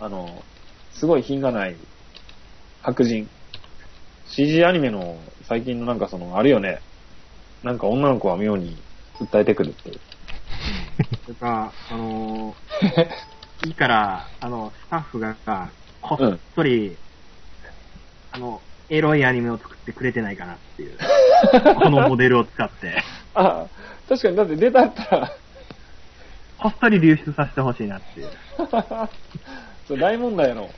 あの、すごい品がない白人。CG アニメの最近のなんかその、あるよね。なんか女の子は妙に訴えてくるっていう。
それか、あのーいいから、あの、スタッフがさ、こっそり、あの、エロいアニメを作ってくれてないかなっていう。このモデルを使 って、
ああ、確かにだって出たったら、
こっそり流出させてほしいなっていう。
それ大問題や ろ。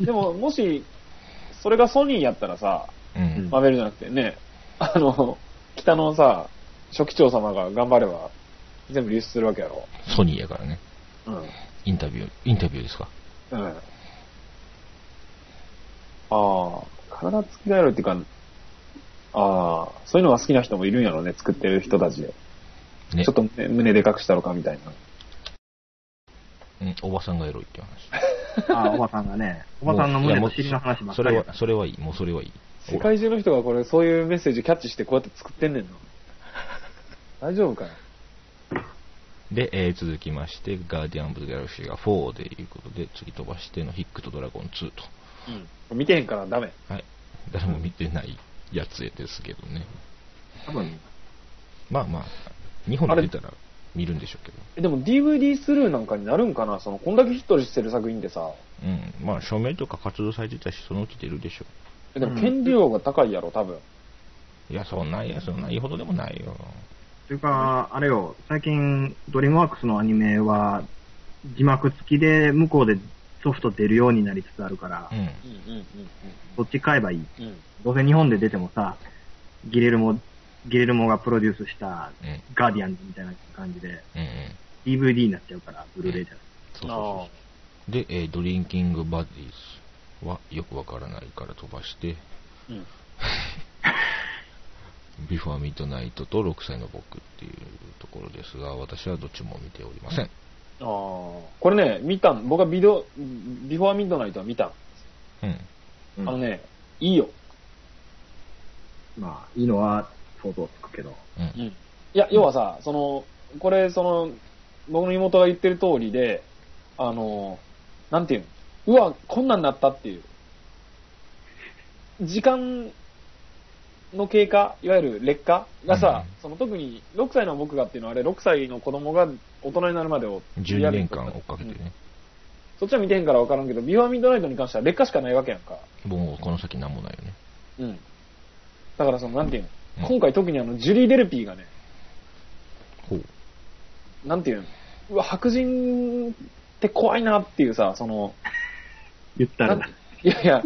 でも、もし、それがソニーやったらさ、
うん。
マーベルじゃなくてね、あの、北のさ、初期長様が頑張れば、全部流出するわけやろ。
ソニーやからね。
うん。
インタビュー、インタビューですか。
うん。ああ、体つきがエロいっていうか、ああ、そういうのが好きな人もいるんやろね、作ってる人たちで。
ね
ちょっ。と胸胸でかくしたのかみたいな。
うん、おばさんがエロいっていう話。
あおばさんがね、おばさんの胸と尻の話ばっ
そ
かり
れ
や。
は、それはいい。もうそれはいい。
世界中の人がこれ、そういうメッセージキャッチしてこうやって作ってんねんの。大丈夫かよ。
で、えー続きまして、ガーディアン・ブ・ギャラクシーが4でいうことで、次飛ばしてのヒックとドラゴン2と。
うん。見てへんからダメ。
はい。誰も見てないやつですけどね。
多分、
まあまあ、日本で出たら見るんでしょうけど。
えでも DVD スルーなんかになるんかなその、こんだけヒットしてる作品ってさ、
うん。まあ、署名とか活動されてたし、そのうち出るでしょ
えでも権利量が高いやろ、多分。
う。いや、そんなんいや、そんなんいいほどでもないよ。
というか、あれよ、最近、ドリームワークスのアニメは、字幕付きで向こうでソフト出るようになりつつあるから、
うん。
うんうん
そっち買えばいい。
うんうん。
どうせ日本で出てもさ、ギレルモ、ギレルモがプロデュースした
うん。うん
ガーディアンみたいな感じで、
うん。
DVD になっちゃうから、ブルーレイじゃなく
そ
て
うそう
あ
そ
あ。
う。で、えードリンキングバディズはよくわからないから飛ばして、
うん。
ビフォーミッドナイトと6歳の僕っていうところですが、私はどっちも見ておりません。
ああ。これね、見たん。僕はビデオ、ビフォーミッドナイトは見たん。
うん。
うん
あのね、いいよ。
まあ、いいのは想像つくけど。
う。
うんん。いや、要はさ、その、これ、その、僕の妹が言ってる通りで、あの、なんていうの、うわ、こんなんなったっていう。時間の経過、いわゆる劣化がさ、
うん
その特に6歳の僕がっていうのはあれ、6歳の子供が大人になるまでを
12年間追っかけて
うん
ね。
そっちは見てへんからわからんけど、ビフォーミッドナイトに関しては劣化しかないわけやんか。
もうこの先なんもないよね。
うん。だからその、なんていう
うん
の、今回特にあの、ジュリー・デルピーがね、
ほう。
なんていうのうわ、白人って怖いなっていうさ、その、
言ったら
なん、いやい や、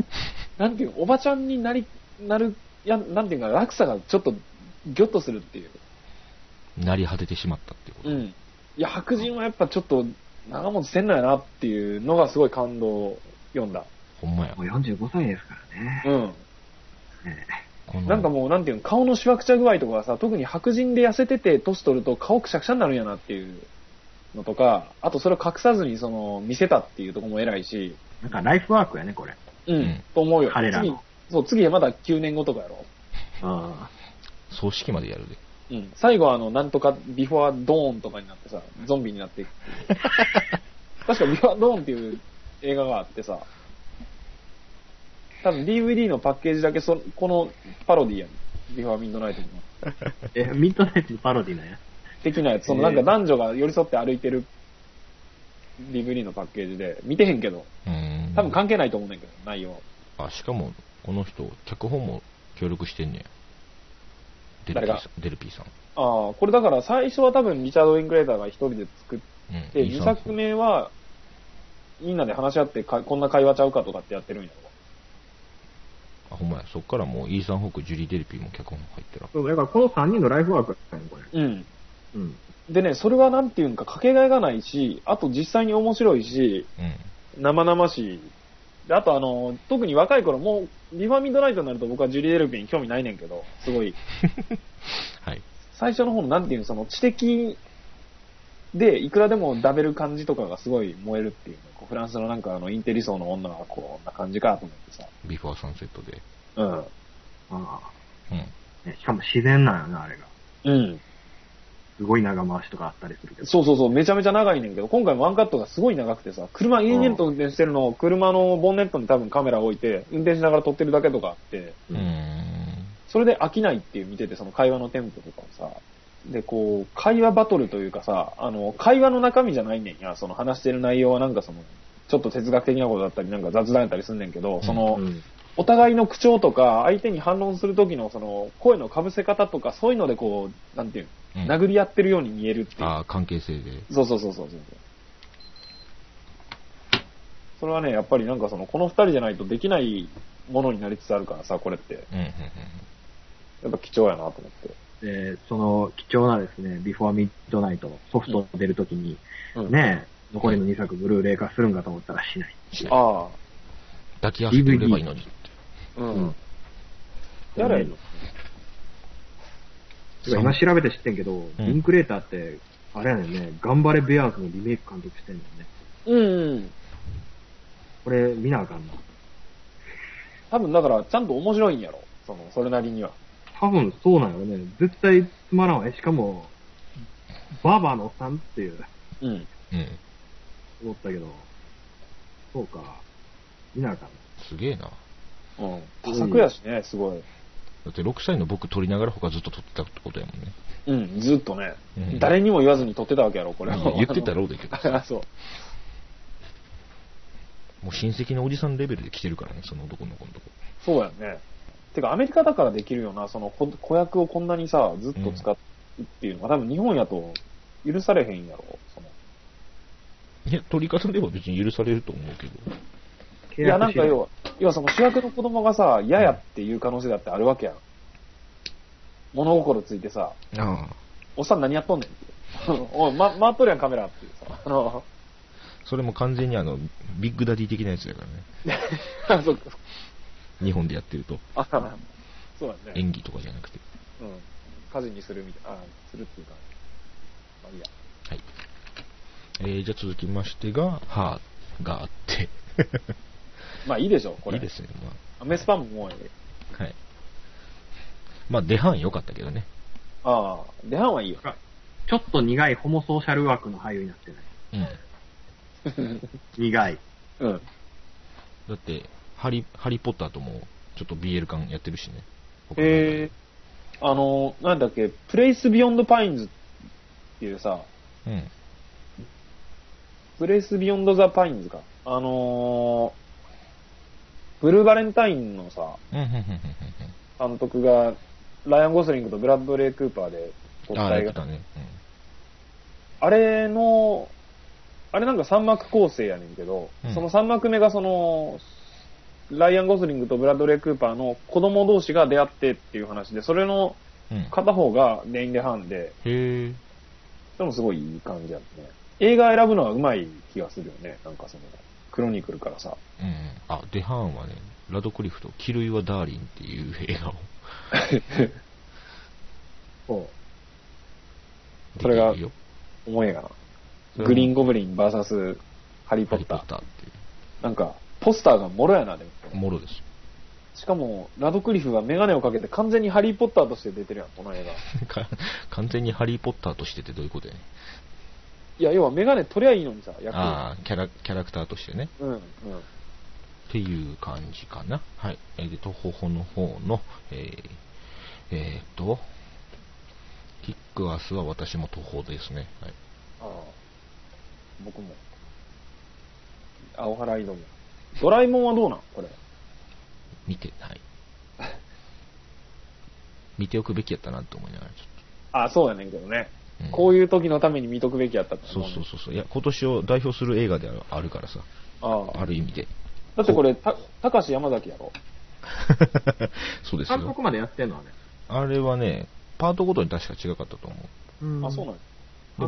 なんていうのおばちゃんになり、なる、いや、なんていうか、落差がちょっと、ギョッとするっていう。
なり果ててしまったっていうこと。
うん。いや、白人はやっぱちょっと、長持ちせんのやなっていうのがすごい感動を読んだ。
ほんまや
も。う45歳ですからね。
うん。
ね
この
なんかもう、なんていうの顔のしわくちゃ具合とかがさ、特に白人で痩せてて、年取ると顔くしゃくしゃになるんやなっていうのとか、あとそれを隠さずに、その、見せたっていうところも偉いし、
なんかライフワークやね、これ。
うん、
うん
と思うよ。
彼らの
次、そう、次はまだ9年後とかやろ。
あ
葬式までやるで。
うん。最後はあの、なんとか、ビフォードーンとかになってさ、ゾンビになっていくっていう確かビフォードーンっていう映画があってさ、多分 DVD のパッケージだけそ、このパロディやん。ビフォーミッドナイトの。
あえ、ミッドナイトのパロディなんや。
的なやつ、そ
え
の
ー
なんか男女が寄り添って歩いてる DVD のパッケージで、見てへんけど、
うーん。
多分関係ないと思うねんけど、内容。
あ、しかも、この人、脚本も協力してんねや。デルピ
誰
ー
が
さん。デルピーさん。
ああ、これだから最初は多分リチャード・イングレーターが一人で作っ
うん。
て、
いい
2
さん
作目は、みんなで話し合ってか、こんな会話ちゃうかとかってやってるんやろ。
あ、ほんまや。そっからもう、イーサン・ホーク、ジュリー・デルピーも脚本入ってる。
そう、だからこの3人のライフワークやね、これ。
うん。
うん。
でね、それはなんていうんか、かけがえがないし、あと実際に面白いし、
うん。
生々しい。であとあの、特に若い頃、もう、リファミッドナイトになると僕はジュリー・エルピーに興味ないねんけど、すごい。
はい。
最初の方のなんていうの、その知的で、いくらでもダベる感じとかがすごい燃えるっていうのこうフランスのなんかあの、インテリ層の女はこんな感じかと思ってさ。
ビフォーサンセットで。
うん。
あ
うん。
あ、ねしかも自然なんよな、あれが。
うん。
すごい長回しとかあったりするけど。
そうそうそう、めちゃめちゃ長いねんけど、今回ワンカットがすごい長くてさ、車、インジンと運転してるのを、車のボンネットに多分カメラ置いて、運転しながら撮ってるだけとかあって、
うーん。
それで飽きないっていう見てて、その会話のテンポとかをさ、で、こう、会話バトルというかさ、あの、会話の中身じゃないねんや、その話してる内容はなんかその、ちょっと哲学的なことだったり、なんか雑談やったりすんねんけど、その、
ん。
お互いの口調とか、相手に反論する時の、その、声の被せ方とか、そういうのでこう、なんていう
う
の、
ん
殴り合ってるように見えるっていう。
あー関係性で。
そうそうそうそうそう。それはね、やっぱりなんかその、この二人じゃないとできないものになりつつあるからさ、これって。
うん、うん、
やっぱ貴重やなと思って。
で、その貴重なですね、ビフォーミッドナイトのソフト出るときに、
うん
ねえ、残りの2作ブルーレイ化するんかと思ったらしない。
うん。
ああ。
抱き合わせてくればいいのにって。
う
うん
ん。やれ
てか今調べて知ってんけど、インクレーターって、あれやねんね、頑張れベアーズのリメイク監督してんのね。
うん、うん。
これ見なあかんな。
多分だから、ちゃんと面白いんやろ。その、それなりには。
多分そうなんよね。絶対つまらんわ。えしかも、バーバーのおっさんっていう、
う
う
ん。
ん。
思ったけど、そうか。見なあかんな。
すげえな。
うん。多作やしね、すごい。
だって6歳の僕撮りながら他ずっと撮ってたってことやもんね。
うん、ずっとね、
うん
誰にも言わずに撮ってたわけやろ、これ
い
を
や言ってたろうだけど
あのあ、 そう。
もう親戚のおじさんレベルで来てるからね、その男の子のとこ。
そうやんね。てか、アメリカだからできるような、その、こ子役をこんなにさ、ずっと使うっていうのが、多分日本やと許されへんやろ、その。
いや、撮り方では別に許されると思うけど。
いや、なんか要
よ。
は、要はその主役の子供がさ、嫌やっていう可能性だってあるわけやん。物心ついてさ、
ああ。
おっさん何やっとんねんって。 おい、ま、回っとるやん、カメラっていうさ。あの、
それも完全にあの、ビッグダディ的なやつだからね。
あそう
日本でやってると。
あそうだね。
演技とかじゃなくて。
うん。家事にするみたいな、あするっていうか。まあいいや。
はい。えー、じゃあ続きましてが、はーがあ って。
まあいいでしょ、これ。
いいですね、ま
アメスパンももうええ。
あ。はい。まあ、出番良かったけどね。
ああ、出番はいいよ。
ちょっと苦いホモソーシャル枠の俳優になってない。
うん。
苦い。
うん。
だって、ハリ、ハリーポッターとも、ちょっと BL 感やってるしね。
えー、あの、なんだっけ、プレイスビヨンドパインズっていうさ、
え。うん。
プレイスビヨンドザパインズか。あのー、ブルーバレンタインのさ、
うん、うん、うん、
監督が、ライアン・ゴスリングとブラッドレイ・クーパーで撮
うん。
っ
あ
た
あ、
映
やって
画。
たね。
あれの、あれなんか3幕構成やねんけど、
うん
その3幕目がその、ライアン・ゴスリングとブラッドレイ・クーパーの子供同士が出会ってっていう話で、それの
うん。うん。
片方がデイン・デハンで、
へえ。
でもすごいいい感じやね。映画選ぶのはうまい気がするよね。なんかその、クロニクルからさ。
うんうん。あ、デハーンはね、ラドクリフと、キルイはダーリンっていう映 画をでき
そう。そ
る
れが
よ。
思いがな
それは
グリーンゴブリン VS ハリー・
ハ
ポッ
リー
タ
ポ
ー
ッ。ターって
なんか、ポスターがもろやな、でも。
いう。もろですよ。
しかも、ラドクリフはメガネをかけて完全にハリー・ポッターとして出てるやん、この映画。
か完全にハリー・ポッターとしてってどういうことやね
いや、要はメガネ取りゃいいのにさ、役
ああキャラ、キャラクターとしてね。
うん、うん。
っていう感じかな。はい。えー、で、とほほの方の、えー、えー、と、キックアスは私も途方ですね。はい。
ああ僕も。青原井戸も。ドラえもんはどうなんこれ。
見てない。 見ておくべきやったなって思いながら、ちょ
ああ、そうやねんけどね。
っと。うん
こういう時のために見とくべきやったって
そうそう
う。
そうそう。いや、今年を代表する映画であるあるからさ。
ああ
ある意味で。
だってこれ、た、高橋山崎やろ。
そうです
監
よ
督。までやってんのあれ。
あれはね、パートごとに確か違かったと思う。
あ、そうなん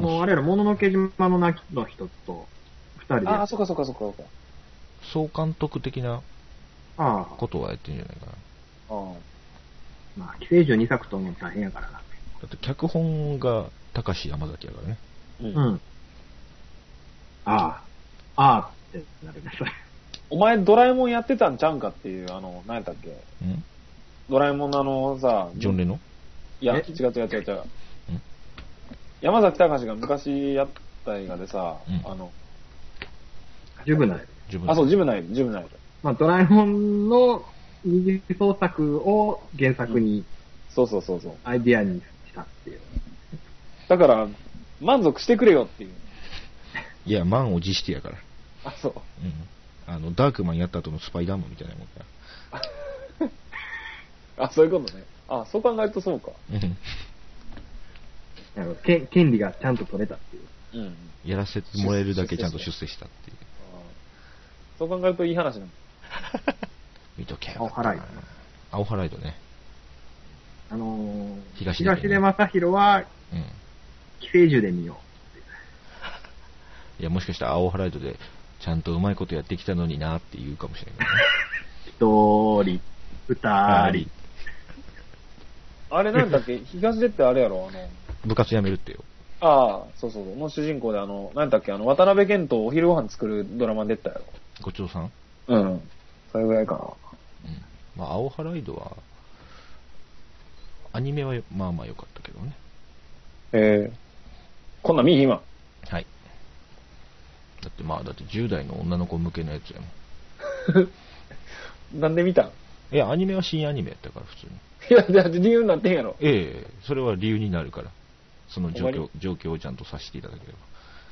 ん
あの、あれやろ、もののけ島の泣きの人と、二人で。
や。ああ、そっかそっかそっかそっか。
総監督的な
ああ
ことはやってるんじゃないかな。
あ
まあ、寄生獣二作とも大変やからな。
だって脚本が高橋山崎やからね。
あ。うん
うん。ああ、ああってなるね、それ。
お前ドラえもんやってたんちゃうんかっていう、あの、何やったっけ
うん
ドラえもんのあのさ、
ジョン・レノン
いや、
え
違う違う違う違う。山崎隆が昔やった映画でさ、
うん
あの、
十分ない。
自分
あ、そう、ジムナイル、ジムナイル。
まあ、ドラえもんの二次創作を原作に、
そうそうそうそう。
アイディアにしたっていう。
だから、満足してくれよっていう。
いや、満を持してやから。
あ、そう。
うん。あの、ダークマンやった後のスパイダーマンみたいなもんだ。
あ、そういうことね。あ、そう考えるとそうか。
うん。
なるほどけ権利がちゃんと取れたっていう。
うん。
やらせてもらえるだけちゃんと出世したっていう。
そう考えるといい話なんだ。
見とけよ。
青払い。
青払いとね。
あのー、
東出ね
出正宏は、
うん。
寄生獣で見よ
いや、もしかしたら青払いとで、ちゃんとうまいことやってきたのになって言うかもしれないからね。
う。一人、二人。
あれなんだっ け、東出ってあれやろ、あの、
部活やめるってよ。
ああ、そうそうそう、の主人公であの、なんだっけ、あの、渡辺謙とお昼ご飯作るドラマに出てたやろ。
ごちそうさん。うん。
うん。それぐらいかな。
まあ、青払いとは、アニメはよまあまあ良かったけどね。
ええこんなん見えへん わ。
はい。だってまあ、だって10代の女の子向けのやつやもん。
なんで見たん
いや、アニメは新アニメやったから、普通に。
いや、だって理由になってんやろ。
ええそれは理由になるから。その状
終わ
況、状況をちゃんとさせていただけれ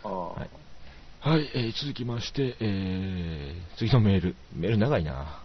ば。
あ
はい
あ。
はい、えー続きまして、えー次のメール。メール長いな。